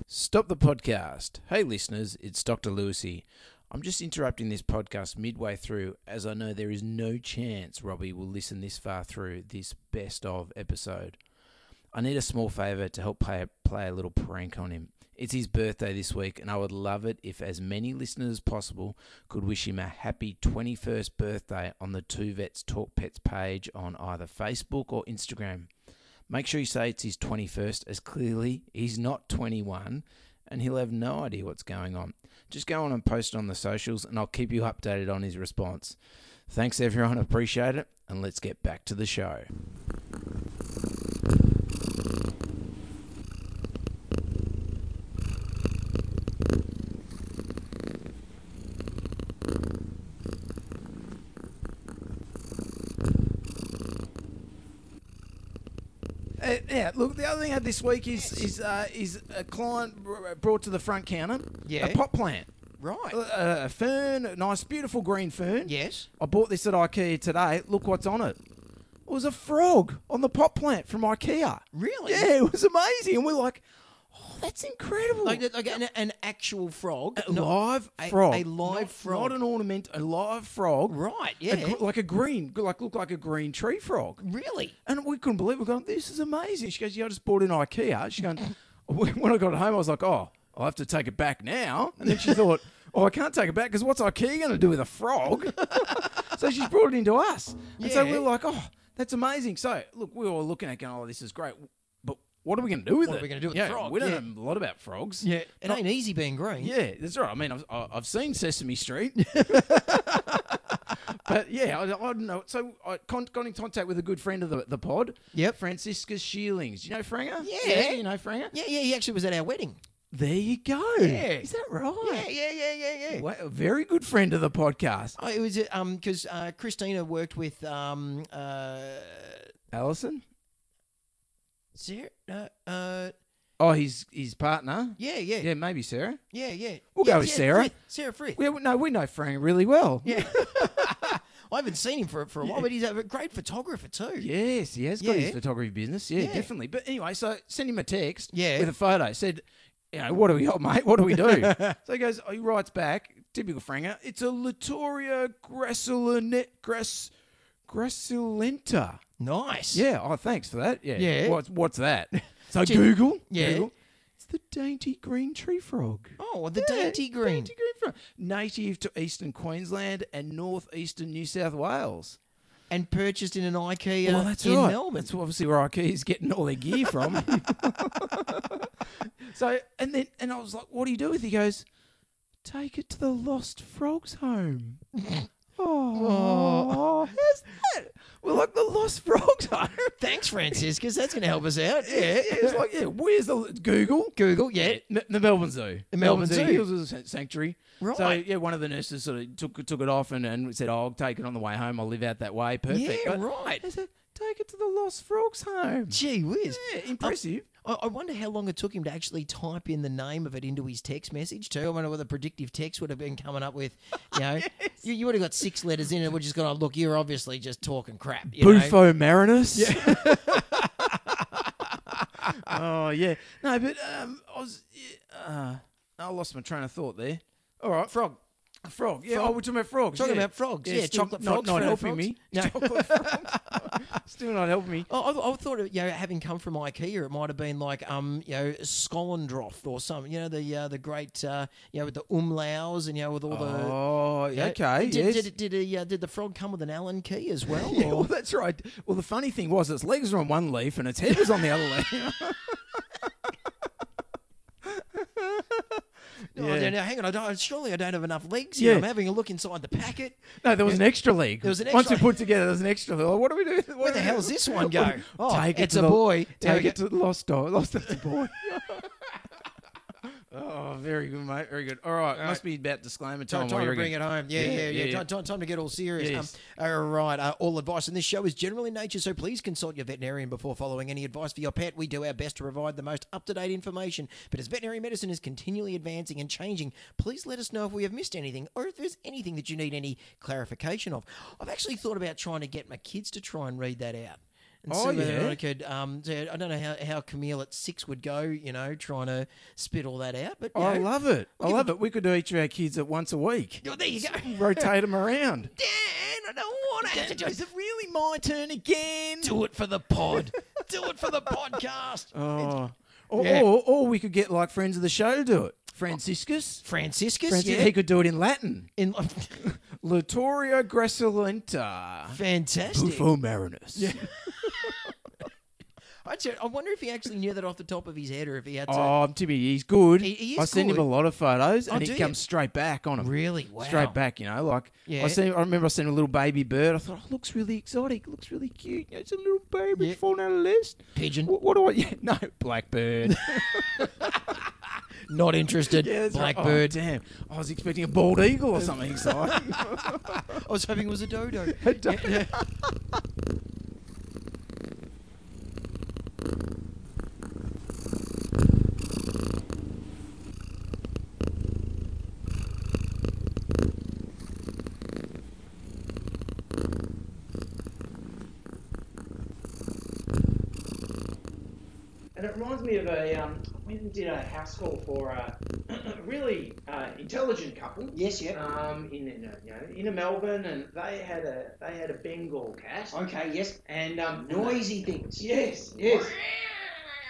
S2: Stop the podcast. Hey, listeners, it's Dr. Lewisy. I'm just interrupting this podcast midway through as I know there is no chance Robbie will listen this far through this best of episode. I need a small favour to help play, play a little prank on him. It's his birthday this week, and I would love it if as many listeners as possible could wish him a happy 21st birthday on the Two Vets Talk Pets page on either Facebook or Instagram. Make sure you say it's his 21st, as clearly he's not 21 and he'll have no idea what's going on. Just go on and post it on the socials, and I'll keep you updated on his response. Thanks, everyone. Appreciate it. And let's get back to the show.
S3: Uh, yeah, look, the other thing I had this week is is uh, is a client br- brought to the front counter.
S4: Yeah.
S3: A pot plant,
S4: Right.
S3: a, a fern, a nice, beautiful green fern.
S4: yes.
S3: I bought this at IKEA today. Look what's on it. It was a frog on the pot plant from IKEA.
S4: Really?
S3: Yeah, it was amazing. And we're like, oh, that's incredible.
S4: Like, like an, an actual frog.
S3: a
S4: not-
S3: live
S4: a-
S3: frog,
S4: a live
S3: Not-
S4: frog.
S3: not an ornament, a live frog,
S4: Right.
S3: A
S4: Yeah.
S3: gr- like a green, like looked like a green tree frog.
S4: really.
S3: And we couldn't believe it. We're going, this is amazing. She goes, yeah, I just bought it in Ikea. She going, *laughs* when I got home, I was like, oh, I'll have to take it back now. And then she
S4: *laughs*
S3: thought, oh, I can't take it back because what's Ikea going to do with a frog? *laughs* so she's brought it into us. And so
S4: Yeah.
S3: we're like, oh, that's amazing. So look, we were all looking at it going, oh, this is great. But what are we going to do with
S4: What
S3: it?
S4: are we gonna do with the
S3: yeah,
S4: frog?
S3: We don't
S4: Yeah.
S3: know a lot about frogs.
S4: It ain't easy being green.
S3: Yeah, that's right. I mean, I've, I- I've seen Sesame
S4: *laughs*
S3: Street, *laughs* but yeah, I, I don't know. So I con- got in contact with a good friend of the, the pod.
S4: Yep.
S3: Francisca Shearlings. You know Franger?
S4: Yeah.
S3: you know Franger.
S4: Yeah, yeah, he actually was at our wedding.
S3: There you go.
S4: Yeah.
S3: Is that right?
S4: Yeah, yeah, yeah, yeah, yeah.
S3: Wow, a very good friend of the podcast.
S4: Oh, it was um because uh, Christina worked with um uh
S3: Allison?
S4: Sarah no, uh
S3: Oh, his his partner?
S4: yeah yeah yeah
S3: Yeah, maybe Sarah.
S4: yeah yeah
S3: We'll
S4: yeah,
S3: go with Sarah.
S4: Frith, Sarah Frith.
S3: We, no, we know Frank really well.
S4: Yeah. I haven't seen him for for a while, but he's a great photographer too.
S3: Yes, he has got
S4: Yeah.
S3: his photography business. Yeah,
S4: Yeah.
S3: definitely. But anyway, so send him a text
S4: Yeah.
S3: with a photo. Said, you know, what do we got, mate? What do we do? so he goes, he writes back, typical Franger, it's a Latoria Gracilinet, Grass, Gracilenta.
S4: Nice.
S3: Yeah, oh, thanks for that. Yeah.
S4: Yeah.
S3: What's, what's
S4: *laughs*
S3: that? So
S4: Gee-
S3: Google.
S4: Yeah.
S3: Google, it's the dainty green tree frog.
S4: Oh, well, the
S3: Yeah,
S4: dainty green.
S3: Dainty green frog. Native to eastern Queensland and northeastern New South Wales.
S4: And purchased in an IKEA
S3: Well, that's
S4: in
S3: right.
S4: Melbourne.
S3: That's obviously where IKEA's getting all their gear
S4: *laughs*
S3: from. so, and then, and I was like, "What do you do with?" it?" He goes, "Take it to the lost frogs
S4: *laughs*
S3: home." oh, how's that? We're like the lost frogs *laughs* home.
S4: Thanks, Franciscus. That's going to help us out.
S3: Yeah, yeah, it's like, yeah, where's the Google?
S4: Google, yeah.
S3: M- the Melbourne Zoo.
S4: The Melbourne Zoo.
S3: Hills is a san- sanctuary.
S4: Right.
S3: So yeah, one of the nurses sort of took took it off and, and said, "Oh, "I'll take it on the way home. I'll live out that way. Perfect."
S4: Yeah,
S3: But
S4: right.
S3: They said, "Take it to the Lost Frogs home."
S4: Gee whiz.
S3: Yeah, impressive.
S4: I, I wonder how long it took him to actually type in the name of it into his text message too. I wonder what the predictive text would have been coming
S3: *laughs*
S4: up with. You know, you, you would have got six letters in it. We're just going, to look, you're obviously just talking crap. You know?
S3: Bufo Marinus. Yeah. *laughs* oh yeah. No, but um, I was. yeah, Uh, I lost my train of thought there. All right, frog. Frog. Yeah.
S4: Frog.
S3: Oh, we're talking about frogs.
S4: Talking
S3: yeah.
S4: about frogs, yeah,
S3: still
S4: chocolate
S3: not,
S4: frogs,
S3: Not
S4: frog
S3: helping
S4: frogs. *laughs*
S3: me. *laughs*
S4: No.
S3: Chocolate frogs. still not helping me.
S4: Oh, I, I thought, it, you know, having come from IKEA, it might have been like, um, you know, Skolendroth or something. You know, the uh, the great, uh, you know, with the umlaus and you know, with all the.
S3: Oh,
S4: you know,
S3: okay.
S4: Did
S3: yes.
S4: did, it- did, he, uh, did the frog come with an Allen key as well?
S3: *laughs* yeah, well,
S4: or-
S3: that's right. Well, the funny thing was, its legs were on one leaf and its head was on the other leaf.
S4: *laughs* No, I
S3: yeah.
S4: don't know. Hang on, I don't, surely I don't have enough legs.
S3: Yeah.
S4: Here. I'm having a look inside the packet.
S3: No, there was an extra leg.
S4: There was an
S3: Once
S4: extra-
S3: we put together, there was an extra leg. What do we do? What
S4: Where
S3: do
S4: the
S3: we
S4: hell's
S3: do?
S4: this one
S3: What do *laughs*
S4: go?
S3: we-
S4: Oh,
S3: take it
S4: it's
S3: to
S4: a
S3: the-
S4: boy. There
S3: Take
S4: we
S3: it to the lost dog. Lost it's a boy. *laughs* oh, very good, mate. Very good. All right, must be about disclaimer time.
S4: Time, time
S3: what do
S4: to
S3: you
S4: bring
S3: reckon?
S4: it home. Yeah,
S3: Yeah,
S4: yeah, yeah.
S3: yeah, yeah.
S4: Time, time, time to get all serious.
S3: Yes.
S4: Um, all right. Uh, all advice in this show is general in nature, so please consult your veterinarian before following any advice for your pet. We do our best to provide the most up to date information, but as veterinary medicine is continually advancing and changing, please let us know if we have missed anything or if there's anything that you need any clarification of. I've actually thought about trying to get my kids to try and read that out. And
S3: Oh,
S4: see whether
S3: yeah.
S4: I could. Um, so I don't know how, how Camille at six would go, you know, trying to spit all that out. But you
S3: Oh, I
S4: know,
S3: love it. I
S4: give
S3: love it. We could do each of our kids at once a week.
S4: Oh, *laughs* there you go.
S3: *laughs* Rotate them
S4: *laughs*
S3: around.
S4: Dan, I don't want it.
S3: Is it really my turn again?
S4: Do it for the pod. *laughs* Do it for the podcast.
S3: Oh. Or,
S4: Yeah.
S3: or, or we could get like friends of the show to do it. Franciscus.
S4: *laughs* Franciscus,
S3: Francis,
S4: yeah.
S3: He could do it in Latin.
S4: In,
S3: Latoria Gracilenta.
S4: *laughs* fantastic.
S3: Marinus.
S4: *laughs* I, ju- I wonder if he actually knew that off the top of his head or if he had to.
S3: Oh, Timmy, he's good.
S4: He- he is
S3: I send him
S4: good.
S3: a lot of photos, and
S4: Oh,
S3: he
S4: do you?
S3: comes straight back on him.
S4: Really? Wow.
S3: Straight back, you know, like
S4: Yeah.
S3: I seen. I remember I seen a little baby bird. I thought, oh, looks really exotic, looks really cute. It's a little baby
S4: Yeah.
S3: falling out of the nest.
S4: Pigeon.
S3: What, what do I? *laughs* Yeah, no,
S4: *laughs*
S3: blackbird.
S4: Not *laughs* interested.
S3: yeah, that's right. Oh,
S4: Blackbird.
S3: damn, I was expecting a bald eagle or something *laughs* exciting.
S4: I was hoping it was a *laughs* dodo.
S5: And it reminds me of a um, I went and did a house call for a *clears throat* really uh, intelligent couple.
S6: Yes, yeah.
S5: Um, in in a, you know, in a Melbourne, and they had a they had a Bengal cat.
S6: Okay, yes.
S5: And um,
S6: Noisy things.
S5: Yes, yes.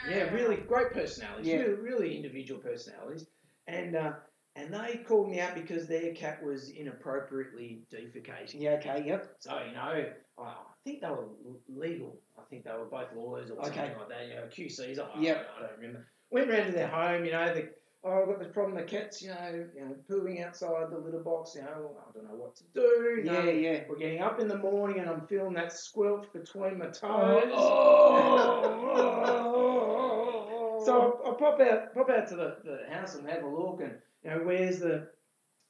S5: Yeah, really great personalities.
S6: Yeah.
S5: Really, really individual personalities. And uh, and they called me out because their cat was inappropriately defecating.
S6: Yeah, okay, yep.
S5: So you know, I I think they were l- legal. I think they were both lawyers or something
S6: Okay.
S5: like that. You know, QCs. I,
S6: Yep.
S5: I don't remember. Went round to their home. You know, the, oh, I've got this problem. The cat's, you know, you know, pooing outside the litter box. You know, I don't know what to do. You
S6: Yeah,
S5: know,
S6: yeah.
S5: We're getting up in the morning and I'm feeling
S6: Oh.
S5: that squelch between my toes. *laughs* So I, I pop out, pop out to the, the house and have a look, and you know, where's the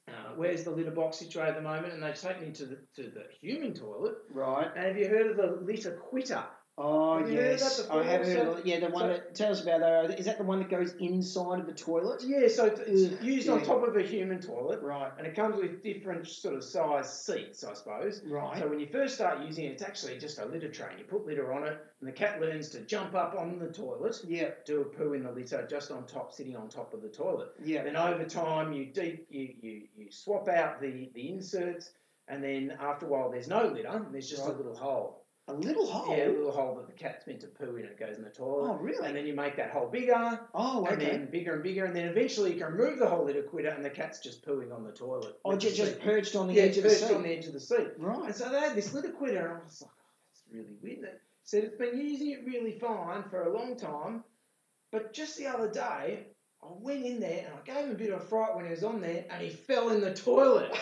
S5: uh, where's the litter box situated at the moment? And they take me to the to the human toilet.
S6: Right.
S5: And have you heard of the litter quitter?
S6: Oh
S5: Have you heard
S6: yes,
S5: that
S6: I have
S5: before?
S6: heard. of it. Yeah, the one
S5: so-
S6: that tell us about that. Is that the one that goes inside of the toilet?
S5: Yeah, so it's- it's
S6: Ugh,
S5: used on
S6: Mm. yeah.
S5: top of a human toilet,
S6: Right.
S5: and it comes with different sort of size seats, I suppose.
S6: Right.
S5: So when you first start using it, it's actually just a litter train. You put litter on it, and the cat learns to jump up on the toilet,
S6: Yeah.
S5: do a poo in the litter, just on top, sitting on top of the toilet.
S6: Yeah.
S5: Then over time, you deep, you, you, you swap out the, the inserts, and then after a while, there's no litter, and there's just
S6: Right.
S5: a little hole.
S6: A little hole.
S5: Yeah, a little hole that the cat's meant to poo in. It goes in the toilet.
S6: Oh, really?
S5: And then you make that hole bigger.
S6: Oh,
S5: And
S6: okay.
S5: then bigger and bigger, and then eventually you can remove the whole litter quitter, and the cat's just pooing on the toilet.
S6: Oh, just, just
S5: Seat.
S6: perched on the
S5: yeah,
S6: edge of the
S5: perched
S6: seat.
S5: on the edge of the seat.
S6: Right.
S5: And so they had this litter quitter, and I was like, oh, that's really weird. They said it's been using it really fine for a long time, but just the other day, I went in there and I gave him a bit of a fright when he was on there, and he fell in the toilet.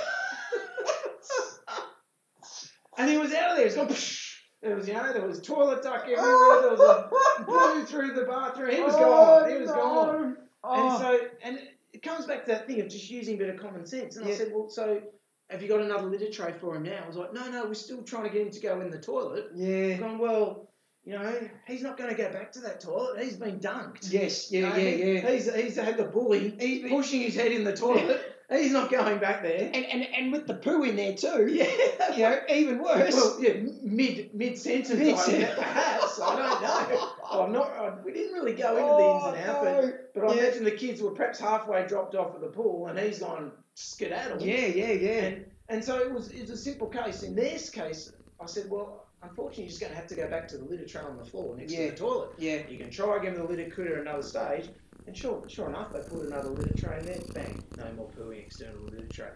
S5: and he was out of there. It's gone. psh. There was, you know, there was toilet duck everywhere. There was a blew through the bathroom. He was
S6: Oh,
S5: gone. He was gone. And so, and it comes back to that thing of just using a bit of common sense. And I
S6: Yeah.
S5: said, well, so have you got another litter tray for him now? I was like, no, no, we're still trying to get him to go in the toilet. I've
S6: yeah.
S5: gone, well, you know, he's not going to go back to that toilet. He's been dunked.
S6: Yes.
S5: You
S6: Yeah.
S5: know,
S6: Yeah.
S5: he-
S6: Yeah.
S5: He's, he's had the bully. He's
S6: been-
S5: pushing his head in
S6: *laughs*
S5: the toilet. he's not going back there.
S6: And, and and with the poo in there too.
S5: Yeah.
S6: You know, even worse.
S5: Well, yeah, m- mid mid sentence,
S6: Mid-sentence.
S5: perhaps. I don't know. I'm not. I, we didn't really go into the ins and outs, but
S6: Oh, no.
S5: But I
S6: Yeah.
S5: imagine the kids were perhaps halfway dropped off at the pool, and he's gone skedaddle.
S6: Yeah. Yeah. Yeah.
S5: And, and so it was it was a simple case. In this case, I said, well, unfortunately, you're just going to have to go back to the litter trail on the floor next
S6: Yeah.
S5: to the toilet.
S6: Yeah.
S5: You can try again with the litter critter at another stage. And sure, sure enough, they put another litter tray in there. Bang! No more pooing external litter tray.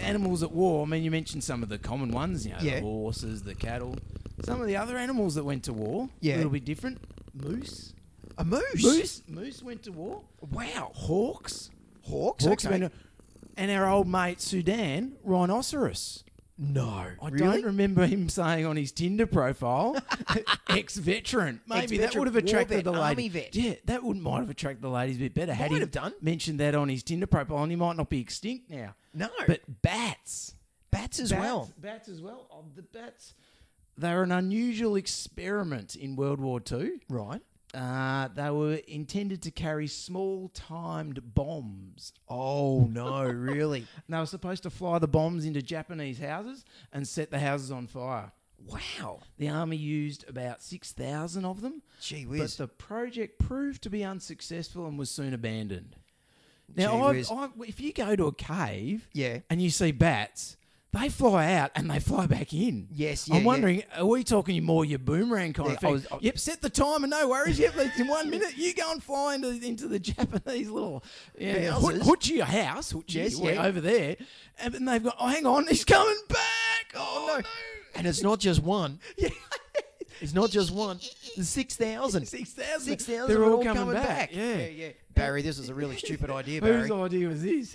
S3: Animals at war. I mean, you mentioned some of the common ones, you know,
S4: Yeah.
S3: the horses, the cattle. Some of the other animals that went to war, a
S4: Yeah.
S3: little bit different. Moose,
S4: A moose.
S3: moose, moose went to war. Wow, hawks,
S4: Hawks.
S3: hawks
S4: okay.
S3: went. To, and our old mate Sudan, rhinoceros.
S4: No.
S3: I
S4: really?
S3: don't remember him saying on his Tinder
S4: *laughs*
S3: profile, ex-veteran. Maybe that
S4: Ex-veteran,
S3: would have attracted
S4: war vet,
S3: the lady.
S4: army vet.
S3: Yeah, that would might have attracted the ladies a bit better. had
S4: Might
S3: he
S4: have done.
S3: mentioned that on his Tinder profile, and he might not be extinct now.
S4: No.
S3: but bats
S4: bats as
S3: bats,
S4: well.
S3: Bats as well. Oh, the bats. They're an unusual experiment in World War II.
S4: Right.
S3: Uh, they were intended to carry small timed bombs.
S4: Oh no, really?
S3: And *laughs* they were supposed to fly the bombs into Japanese houses and set the houses on fire.
S4: Wow.
S3: The army used about 6,000 of them,
S4: Gee
S3: but
S4: whiz.
S3: the project proved to be unsuccessful and was soon abandoned.
S4: Gee
S3: Now, I've,
S4: whiz.
S3: i if you go to a cave
S4: Yeah.
S3: and you see bats, they fly out and they fly back in.
S4: Yes, yeah,
S3: I'm
S4: yeah.
S3: wondering, are we talking more your boomerang kind
S4: Yeah,
S3: of
S4: I
S3: thing?
S4: was- I-
S3: yep, set the timer, no worries. Yep, like, in one minute you go and fly into, into the *laughs* Japanese little yeah,
S4: Houses.
S3: hooch your house, hooch
S4: Yes,
S3: way
S4: yeah.
S3: over there, and then they've got. Oh, hang on, he's coming back. Oh,
S4: no.
S3: no.
S4: And it's not just one.
S3: *laughs* Yeah.
S4: It's not just one. It's six
S3: 6,000.
S4: thousand. *laughs* Six thousand.
S3: They're all coming, back.
S4: Yeah. yeah, Barry, this is a
S3: *laughs*
S4: really stupid idea, Barry.
S3: Whose idea was
S4: *laughs*
S3: this?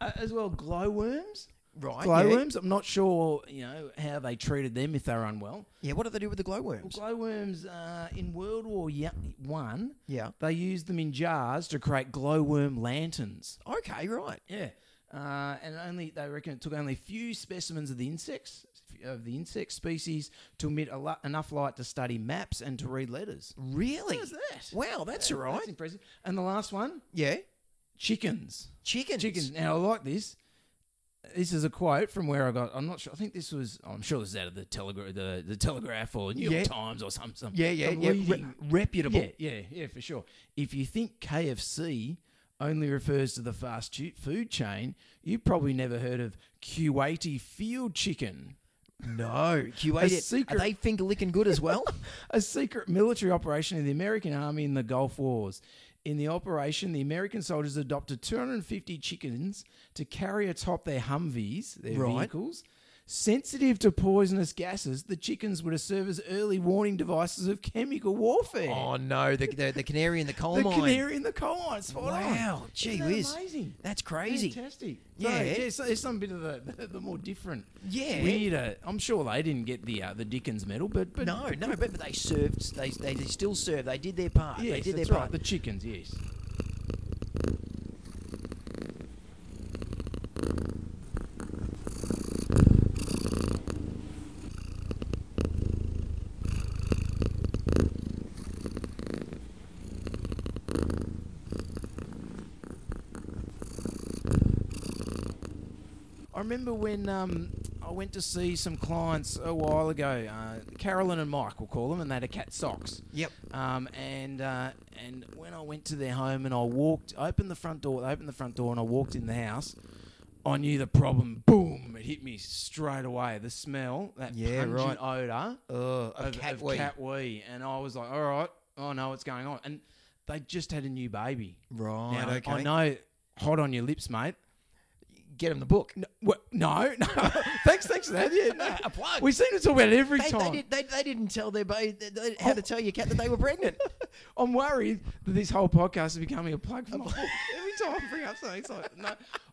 S3: Uh, As well, glowworms.
S4: Right. Yeah.
S3: Glowworms. I'm not sure, you know, how they treated them if they're unwell.
S4: yeah. What do they do with the
S3: Well,
S4: glowworms?
S3: glowworms uh, in World War Ye- One,
S4: Yeah.
S3: they used them in jars to create glowworm lanterns.
S4: Okay. Right.
S3: Yeah, uh, and only they reckon it took only a few specimens of the insects of the insect species to emit a lo- enough light to study maps and to read letters.
S4: Really?
S3: How's that?
S4: Wow. That's
S3: Yeah,
S4: all right.
S3: That's impressive. And the last one,
S4: yeah.
S3: chickens.
S4: Chickens.
S3: Chickens. Now I like this. This is a quote from where I got. I'm not sure. I think this was. I'm sure this is out of the Telegraph, the, the Telegraph, or New
S4: Yeah.
S3: York Times, or some some.
S4: Yeah. Yeah.
S3: some
S4: yeah. Re-
S3: leading-
S4: reputable.
S3: yeah, yeah, yeah, for sure. If you think KFC only refers to the fast chu- food chain, you probably never heard of Kuwaiti field chicken.
S4: No.
S3: A
S4: QA. Secret. Are
S3: secret-
S4: they finger licking good
S3: *laughs*
S4: as well?
S3: a secret military operation of the American Army in the Gulf Wars. In the operation, the American soldiers adopted 250 chickens to carry atop their Humvees, their
S4: Right.
S3: vehicles, Sensitive to poisonous gases, the chickens would have served as early warning devices of chemical warfare.
S4: Oh no, the, the, the canary in the coal
S3: the
S4: mine.
S3: canary in the coal mine. Spot on.
S4: Wow, gee
S3: Isn't that
S4: whiz,
S3: amazing?
S4: that's crazy.
S3: Fantastic.
S4: Yeah.
S3: Yeah, it's, it's some bit of the, *laughs* the, the more different.
S4: Yeah.
S3: Weirder. I'm sure they didn't get the uh, the Dickens medal, but, but
S4: No, no, but but they served. They they did still served. They did their part.
S3: Yes,
S4: they did
S3: that's
S4: their
S3: right.
S4: part.
S3: The chickens, yes. I remember when um, I went to see some clients a while ago, uh, Carolyn and Mike, we'll call them, and they had a cat socks.
S4: Yep.
S3: Um, and uh, and when I went to their home and I walked, I opened the front door, they opened the front door, and I walked in the house. I knew the problem. Boom! It hit me straight away. The smell, that
S4: Yeah,
S3: pungent odor
S4: Oh, a
S3: of,
S4: cat
S3: of
S4: wee.
S3: cat wee, and I was like, "All right, I know what's going on." And they just had a new baby.
S4: Right.
S3: Now,
S4: okay.
S3: I know. Hot on your lips, mate.
S4: Get them the book.
S3: No, wha- no, *laughs* no. thanks, thanks for that. Yeah, no.
S4: *laughs* A plug.
S3: We seem to talk about it every
S4: they, they,
S3: time.
S4: did, they, they didn't tell their baby they, they, how to tell your cat that they were pregnant.
S3: I'm worried that this whole podcast is becoming a plug
S4: *laughs*
S3: for my book. Every time I bring up something, it's like, no.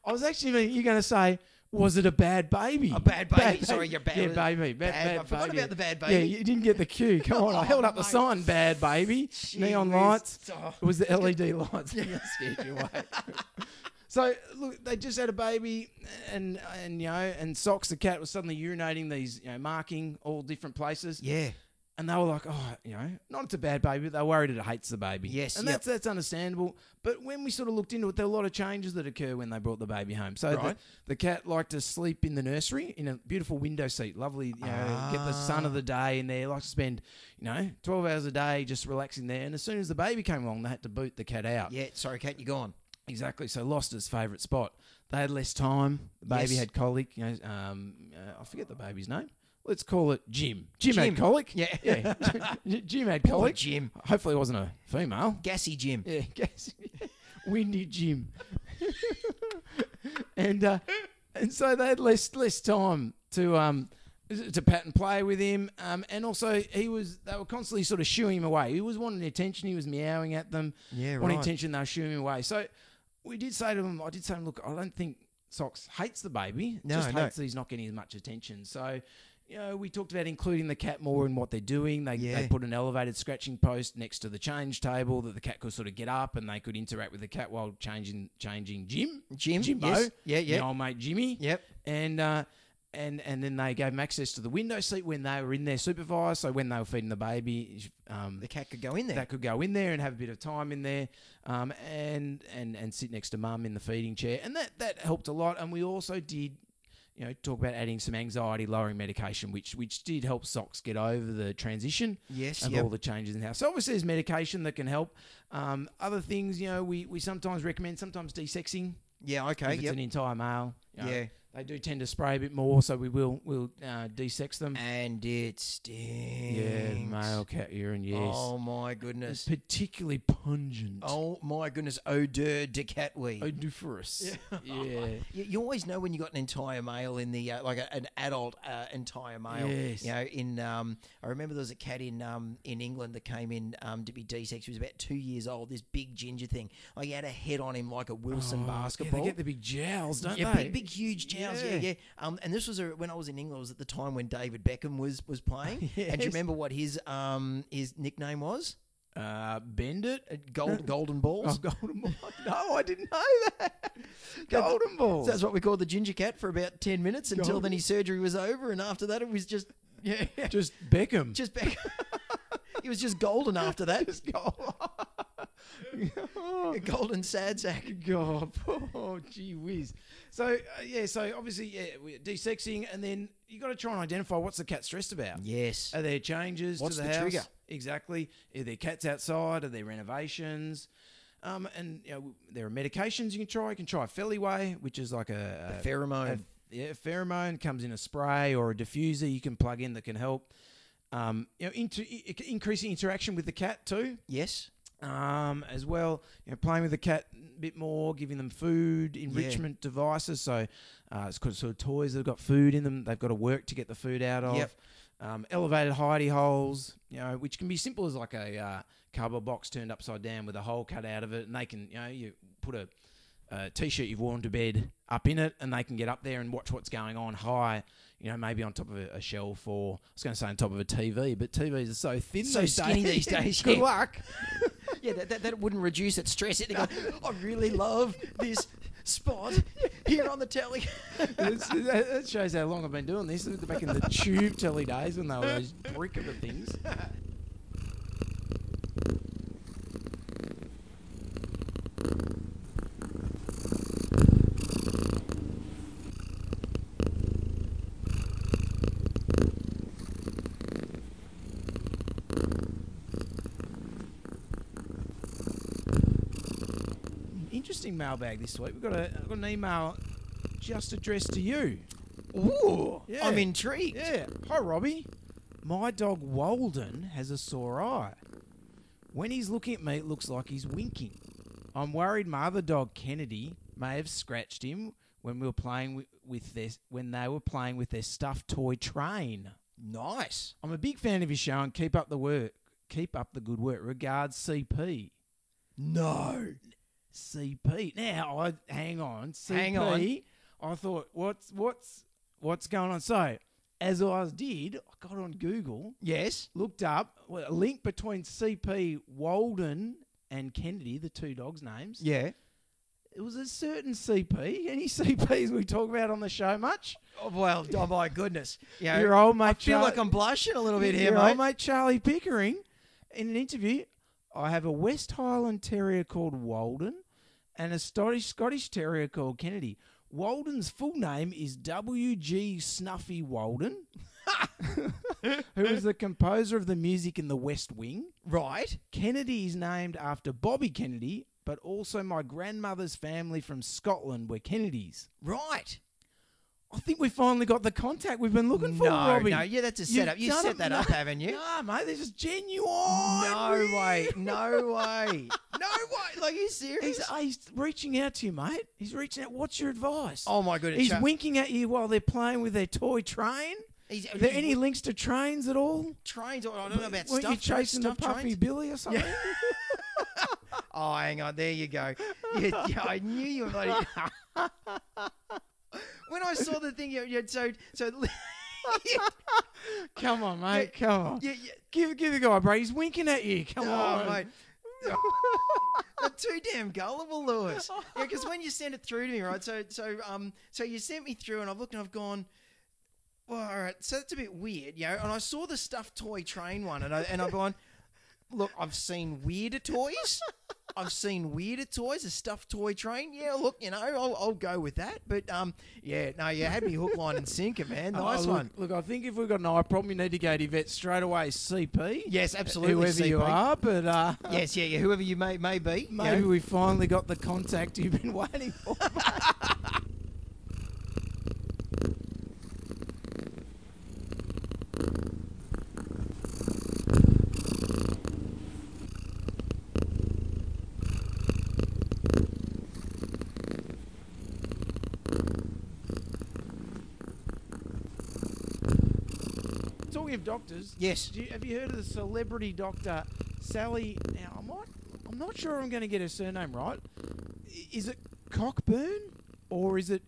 S3: I was actually, meaning- you're going to say, was it a bad baby?
S4: A bad baby. Sorry, your bad-
S3: Yeah, baby. Bad,
S4: bad-
S3: bad
S4: I forgot
S3: baby.
S4: about the bad
S3: Yeah,
S4: baby. Oh
S3: you didn't get the
S4: *laughs*
S3: cue. Come on, I held up the sign, bad baby. Neon
S4: whiz.
S3: lights.
S4: Oh.
S3: It was the LED
S4: *laughs*
S3: lights. that scared you away. *laughs* So look, they just had a baby, and and you know, and socks. The cat was suddenly urinating these, you know, marking all different places.
S4: *laughs* yeah.
S3: And they were like, oh, you know, not it's a bad baby, but they're worried it hates the baby.
S4: Yes,
S3: And
S4: yep.
S3: that's that's understandable. But when we sort of looked into it, there were a lot of changes that occur when they brought the baby home. So
S4: Right.
S3: the, the cat liked to sleep in the nursery in a beautiful window seat. Lovely, you know, get the sun of the
S4: Ah.
S3: day in there. Likes to spend, you know, 12 hours a day just relaxing there. And as soon as the baby came along, they had to boot the cat out.
S4: Yeah. Sorry, cat, you're gone.
S3: Exactly. So lost his favourite spot. They had less time. The baby
S4: Yes.
S3: had colic. You know, um, uh, I forget the baby's name. Let's call it Jim. Jim,
S4: Jim.
S3: had colic.
S4: Yeah.
S3: yeah. *laughs* J- Jim had colic.
S4: Jim.
S3: Hopefully, it wasn't a female.
S4: Gassy Jim.
S3: Yeah, *laughs* guess. Windy Jim. *laughs* and uh, and so they had less less time to um to pat and play with him. Um, and also he was they were constantly sort of shooing him away. He was wanting attention. He was meowing at them.
S4: Yeah,
S3: Wanting
S4: right.
S3: attention, they were shooing him away. So we did say to him, I did say to him, look, I don't think Socks hates the baby.
S4: No,
S3: just
S4: no.
S3: hates that he's not getting as much attention. So. You know, we talked about including the cat more in what they're doing. They,
S4: Yeah.
S3: they put an elevated scratching post next to the change table that the cat could sort of get up and they could interact with the cat while changing changing Jim.
S4: Jim,
S3: Jimbo.
S4: yes. Yeah, yeah.
S3: Your old mate Jimmy.
S4: Yep.
S3: And uh and and then they gave him access to the window seat when they were in there supervised. So when they were feeding the baby, um,
S4: The cat could go in there.
S3: that could go in there and have a bit of time in there, um, and and and sit next to mum in the feeding chair, and that that helped a lot. And we also did, you know, talk about adding some anxiety lowering medication, which which did help socks get over the transition.
S4: Yes,
S3: of
S4: yep.
S3: all the changes in the house. So obviously, there's medication that can help. Um, other things, you know, we we sometimes recommend, sometimes desexing
S4: yeah. Okay.
S3: if it's
S4: Yep.
S3: an entire male. you know.
S4: Yeah.
S3: They do tend to spray a bit more, so we will will uh, desex them.
S4: And it stinks.
S3: yeah, male cat urine, yes.
S4: Oh my
S3: It's
S4: goodness.
S3: particularly pungent.
S4: Oh my goodness. Odeur de catwee.
S3: Odiferous. Yeah.
S4: You, you always know when you got an entire male in the uh, like a, an adult uh, entire male.
S3: Yes.
S4: You know, in um, I remember there was a cat in um, in England that came in um, to be desexed. He was about two years old. This big ginger thing. Like he had a head on him like a Wilson basketball.
S3: Oh, they get the big jowls, don't
S4: yeah,
S3: they?
S4: big, big, huge jowls. Yeah, yeah.
S3: Yeah.
S4: Um, and this was a, when I was in England. It was at the time when David Beckham was was playing.
S3: *laughs*
S4: And do
S3: Yes.
S4: you remember what his um his nickname was?
S3: Uh, bend it.
S4: Uh,
S3: *laughs*
S4: Gold, golden balls.
S3: Oh,
S4: *laughs*
S3: golden ball. *laughs* No, I didn't know that. Golden
S4: So
S3: balls.
S4: that's what we called the ginger cat for about 10 minutes until then his surgery was over. And after that, it was just, yeah,
S3: Just Beckham.
S4: just back. *laughs* he was just golden after that. *laughs* A golden sad sack.
S3: God, oh, gee whiz. So uh, yeah, so obviously yeah, we're desexing, and then you got to try and identify what's the cat stressed about.
S4: Yes.
S3: Are there changes
S4: What's
S3: to the,
S4: the
S3: house?
S4: trigger?
S3: Exactly. Are there cats outside? Are there renovations? Um, and you know, there are medications you can try. You can try Feliway, which is like a, a
S4: Pheromone.
S3: a- yeah, a pheromone comes in a spray or a diffuser you can plug in that can help. Um, you know, into, i- i- increasing interaction with the cat too.
S4: Yes.
S3: um, as well. You know, playing with the cat a bit more, giving them food, enrichment devices. So uh, it's called sort of toys that have got food in them. They've got to work to get the food out of.
S4: Yep.
S3: Um, elevated hidey holes, you know, which can be simple as like a uh, cardboard box turned upside down with a hole cut out of it, and they can, you know, you put a a t-shirt you've worn to bed up in it, and they can get up there and watch what's going on high. You know, maybe on top of a, a shelf, or I was going to say on top of a TV, but TVs are so thin,
S4: So
S3: these
S4: skinny
S3: days. *laughs*
S4: these days,
S3: Good
S4: yeah.
S3: luck.
S4: *laughs* Yeah, that, that, that wouldn't reduce its stress. It'd go, I really love this spot here on
S3: *laughs*
S4: the telly.
S3: It's- that that shows how long I've been doing this. This is Back in the tube telly days when they were those brick of a things. Interesting mailbag this week. We've got, a, I've got an email just addressed to you.
S4: Ooh,
S3: Yeah.
S4: I'm intrigued.
S3: Yeah. Hi, Robbie. My dog Walden has a sore eye. When he's looking at me, it looks like he's winking. I'm worried my other dog Kennedy may have scratched him when we were playing wi- with their when they were playing with their stuffed toy train.
S4: Nice.
S3: I'm a big fan of your show and keep up the work. Keep up the good work. Regards, CP.
S4: No.
S3: CP. Now, I hang on. CP.
S4: Hang on.
S3: I thought, what's what's what's going on? So, as I did, I got on Google,
S4: Yes.
S3: looked up well, a link between CP Walden and Kennedy, the two dogs' names.
S4: Yeah.
S3: It was a certain CP. Any *laughs* CPs we talk about on the show much?
S4: Oh, well, oh my goodness. You know,
S3: Your old mate.
S4: I feel
S3: Char-
S4: like I'm blushing a little bit here,
S3: your
S4: mate.
S3: old mate Charlie Pickering, in an interview, I have a West Highland Terrier called Walden and a Scottish, Scottish Terrier called Kennedy. Walden's full name is W.G. Snuffy Walden, *laughs* who is the composer of the music in The West Wing.
S4: Right.
S3: Kennedy is named after Bobby Kennedy, but also my grandmother's family from Scotland were Kennedys.
S4: Right.
S3: I think we finally got the contact we've been looking for,
S4: no,
S3: Robbie.
S4: no. Yeah, that's a
S3: You've
S4: setup. You
S3: done
S4: set
S3: it.
S4: that
S3: No.
S4: up, haven't you?
S3: Nah, mate, this is genuine.
S4: No
S3: real.
S4: way.
S3: *laughs*
S4: No way. No way. Like, are you serious?
S3: He's, oh, he's reaching out to you, mate. He's reaching out. What's your advice?
S4: oh, my goodness.
S3: he's
S4: Chuck.
S3: winking at you while they're playing with their toy train.
S4: He's-
S3: Are there
S4: he's
S3: any links to trains at all?
S4: trains? I don't know about
S3: Weren't
S4: stuff.
S3: you chasing the
S4: stuff
S3: puppy
S4: trains?
S3: Billy or something?
S4: Oh, hang on. There you *laughs* go. Yeah, yeah, I knew
S3: *laughs*
S4: you were bloody. *laughs* when I saw the thing, you, you so so.
S3: *laughs*
S4: *laughs*
S3: Come on, mate. Come on.
S4: yeah, yeah.
S3: Give give the guy a break. He's winking at you. Come
S4: Oh,
S3: on,
S4: *laughs* mate. You're too damn
S3: *laughs*
S4: gullible, Lewis. Yeah, because when you sent it through to me, right? So, so, um, so you sent me through, and I've looked, and I've gone. Well, all right. So that's a bit weird, you know. And I saw the stuffed toy train one, and I and I've gone. Look, I've seen weirder toys. I've seen weirder toys. A stuffed toy train. Yeah, look, you know, I'll, I'll go with that. But um, yeah, no, you had me hook, line, and sinker, man.
S3: Oh,
S4: Nice
S3: look,
S4: one.
S3: Look, I think if we've got an eye problem, you need to go to your vet straight away. CP.
S4: Yes, absolutely.
S3: Whoever you
S4: CP.
S3: are, but uh,
S4: Yes, yeah, yeah. Whoever you may may be. you know.
S3: maybe we finally got the contact you've been waiting for. Talking of doctors,
S4: Yes.
S3: do you, have you heard of the celebrity doctor Sally? Now I might, I'm not sure I'm going to get her surname right. I- Is it Cockburn or is it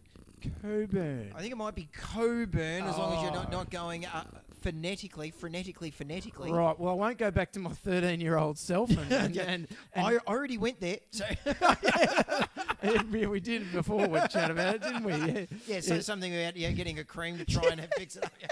S3: Coburn?
S4: I think it might be Coburn, as long as you're
S3: Oh.
S4: not, not going uh, phonetically, frenetically, phonetically.
S3: Right. Well, I won't go back to my 13 year old self, and, and,
S4: Yeah.
S3: and,
S4: I
S3: and,
S4: already
S3: *laughs*
S4: went there. So,
S3: and *laughs* we, we did it before we chat about it, didn't we? Yeah.
S4: *laughs* yeah, so something about yeah, getting a cream to try and *laughs* fix it up. Yeah.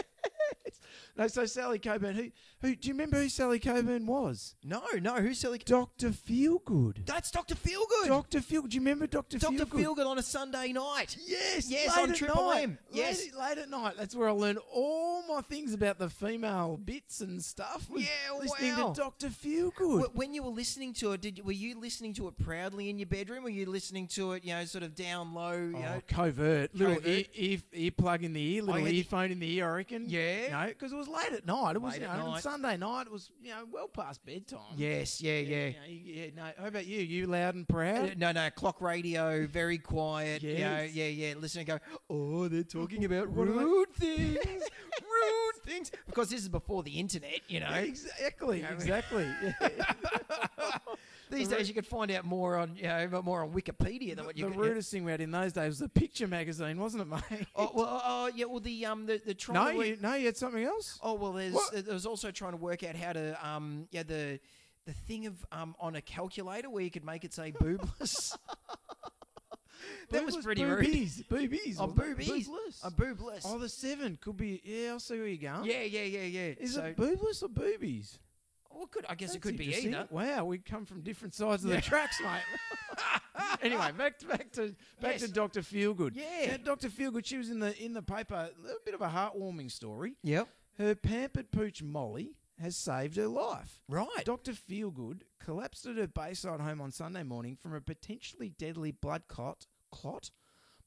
S3: No, so Sally Coburn. Who? Who? Do you remember who Sally Coburn was?
S4: No, no, who's selling?
S3: Doctor Feelgood.
S4: That's Dr. Feelgood.
S3: Doctor Feelgood. Do you remember Doctor
S4: Dr.
S3: Feelgood?
S4: Feelgood on a Sunday night.
S3: Yes,
S4: Yes,
S3: late
S4: on
S3: at
S4: Triple
S3: night.
S4: M.
S3: Late-
S4: Yes.
S3: late, at night. That's where I learned all my things about the female bits and stuff. was
S4: Yeah,
S3: listening
S4: wow.
S3: to Doctor Feelgood.
S4: Wh- When you were listening to it, did you, were you listening to it proudly in your bedroom? Were you listening to it, you know, sort of down low? You know?
S3: Oh, covert little
S4: Covert.
S3: Ear, ear, earplug in the ear, little
S4: had-
S3: earphone in the ear. I reckon.
S4: Yeah.
S3: no, because it was late at night. It was
S4: Late
S3: you
S4: at
S3: know,
S4: night.
S3: Sunday night. It was you know well past bedtime.
S4: Yes, yeah, yeah.
S3: yeah, yeah. No, how about you? You loud and proud?
S4: Uh, No, no, clock radio, very quiet. you know,
S3: Yes.
S4: yeah, yeah. Listen and go, oh, they're talking about
S3: What are they-
S4: *laughs* rude things, rude things. Because this is before the internet, you know.
S3: Exactly, exactly. *laughs* Yeah.
S4: These days you could find out more on, you know, more on Wikipedia than what *laughs* you
S3: the
S4: could.
S3: rudest thing we had in those days was the picture magazine, wasn't it, mate?
S4: Oh, well, oh, yeah, well, the, um, the, the trying
S3: no,
S4: to work-
S3: you, no, you had something else.
S4: Oh well, there's
S3: What?
S4: there was also trying to work out how to um yeah the the thing of um on a calculator where you could make it say
S3: *laughs*
S4: boobless. that was
S3: Boobless
S4: pretty rude.
S3: boobies, boobies,
S4: Oh,
S3: wasn't it?
S4: boobies.
S3: Boobless.
S4: A boobless.
S3: Oh, the seven could be. Yeah, I'll see where you're going.
S4: yeah, yeah, yeah, yeah.
S3: Is
S4: so,
S3: it boobless or boobies?
S4: well, could I guess
S3: That's
S4: it could be
S3: interesting.
S4: either.
S3: Wow, we come from different sides of the tracks,
S4: *laughs*
S3: mate. anyway, back to back to back to
S4: Yes.
S3: Doctor Feelgood.
S4: Yeah.
S3: Now, Doctor Feelgood. She was in the in the paper. A little bit of a heartwarming story.
S4: Yep.
S3: Her pampered pooch Molly has saved her life.
S4: Right.
S3: Dr. Feelgood collapsed at her Bayside home on Sunday morning from a potentially deadly blood clot, clot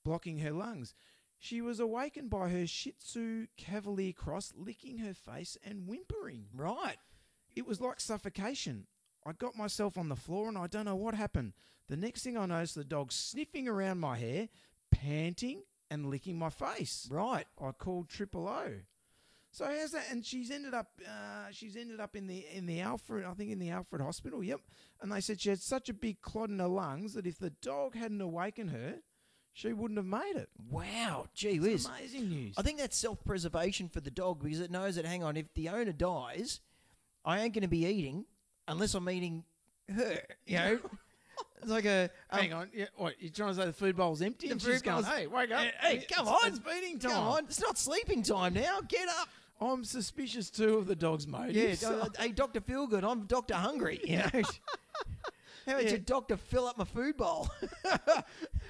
S3: blocking her lungs. She was awakened by her Shih Tzu Cavalier Cross licking her face and whimpering.
S4: Right.
S3: It was like suffocation. I got myself on the floor and I don't know what happened. The next thing I noticed, the dog sniffing around my hair, panting, and licking my face.
S4: Right.
S3: I called Triple O. So how's that? And she's ended up, uh, she's ended up in the in the Alfred, I think in the Alfred Hospital. Yep. And they said she had such a big clot in her lungs that if the dog hadn't awakened her, she wouldn't have made it.
S4: Wow. Gee whiz.
S3: Amazing news.
S4: I think that's self-preservation for the dog because it knows that. Hang on, if the owner dies, I ain't going to be eating unless I'm eating her. You *laughs* know. It's like a um,
S3: Hang on. Yeah, what, you're trying to say the food bowl's empty?
S4: The
S3: and she's
S4: food
S3: going,
S4: bowl's-
S3: hey, wake up.
S4: Hey,
S3: It's-
S4: come on.
S3: It's feeding time.
S4: Come on, it's not sleeping time now. Get up.
S3: I'm suspicious too of the dog's
S4: *laughs* Yeah,
S3: motives. *laughs*
S4: uh, hey, Doctor Feelgood, I'm Doctor *laughs* Hungry. You know, how about
S3: Yeah.
S4: your doctor fill up my food bowl? *laughs*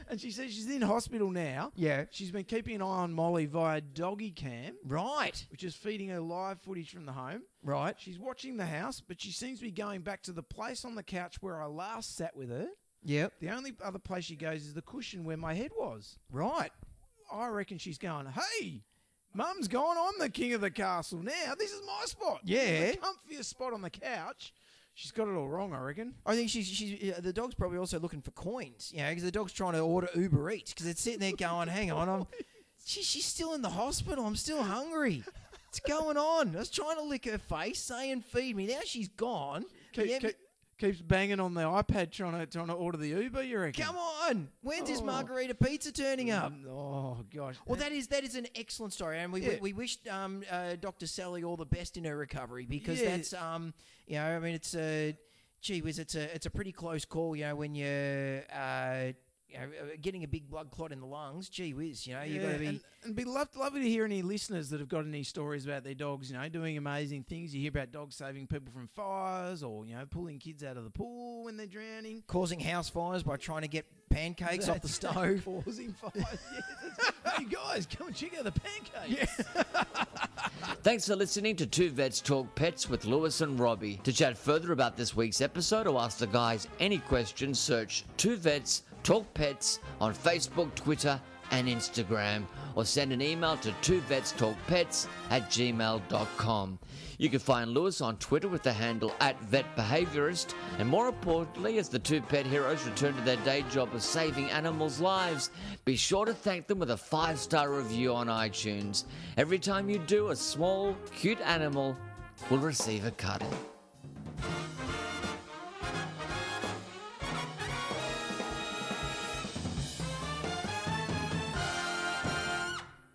S3: and she says she's in hospital now.
S4: yeah,
S3: She's been keeping an eye on Molly via doggy cam,
S4: right,
S3: which is feeding her live footage from the home.
S4: right.
S3: She's watching the house, but she seems to be going back to the place on the couch where I last sat with her.
S4: Yep,
S3: The only other place she goes is the cushion where my head was.
S4: right.
S3: I reckon she's going, hey, mum's gone. I'm the king of the castle now. This is my spot. This is
S4: Yeah.
S3: The comfiest spot on the couch. She's got it all wrong, I reckon.
S4: I think she's she's yeah, the dog's probably also looking for coins. You know, because the dog's trying to order Uber Eats because it's sitting there going, "Hang on, I'm she, she's still in the hospital. I'm still hungry. What's going on?" I was trying to lick her face, saying, "Feed me." Now she's gone.
S3: Keep,
S4: Yeah,
S3: keep- keeps banging on the iPad trying to, trying to order the Uber, you reckon?
S4: Come on! When's this
S3: Oh.
S4: margarita pizza turning up?
S3: Oh, gosh.
S4: Well, that is that is an excellent story, and we
S3: Yeah.
S4: we, we wished um, uh, Dr. Sally all the best in her recovery because
S3: Yeah.
S4: that's um, you know, I mean, it's a gee whiz, it's a it's a pretty close call, you know, when you're uh, you know, uh, getting a big blood clot in the lungs. Gee whiz, you know, you got to be
S3: and, and be loved, lovely to hear any listeners that have got any stories about their dogs, you know, doing amazing things. You hear about dogs saving people from fires or, you know, pulling kids out of the pool when they're drowning.
S4: causing house fires by trying to get
S3: *laughs*
S4: pancakes off the
S3: That's
S4: stove.
S3: Causing fires. yes, that's- hey, guys, come and check out the pancakes.
S1: Thanks for listening to Two Vets Talk Pets with Lewis and Robbie. To chat further about this week's episode or ask the guys any questions, search Two Vets Talk Pets on Facebook, Twitter, and Instagram, or send an email to twovetstalkpets at gmail.com. You can find Lewis on Twitter with the handle at vetbehaviorist, and more importantly, as the two pet heroes return to their day job of saving animals' lives, be sure to thank them with a five star review on iTunes. Every time you do, a small, cute animal will receive a cuddle.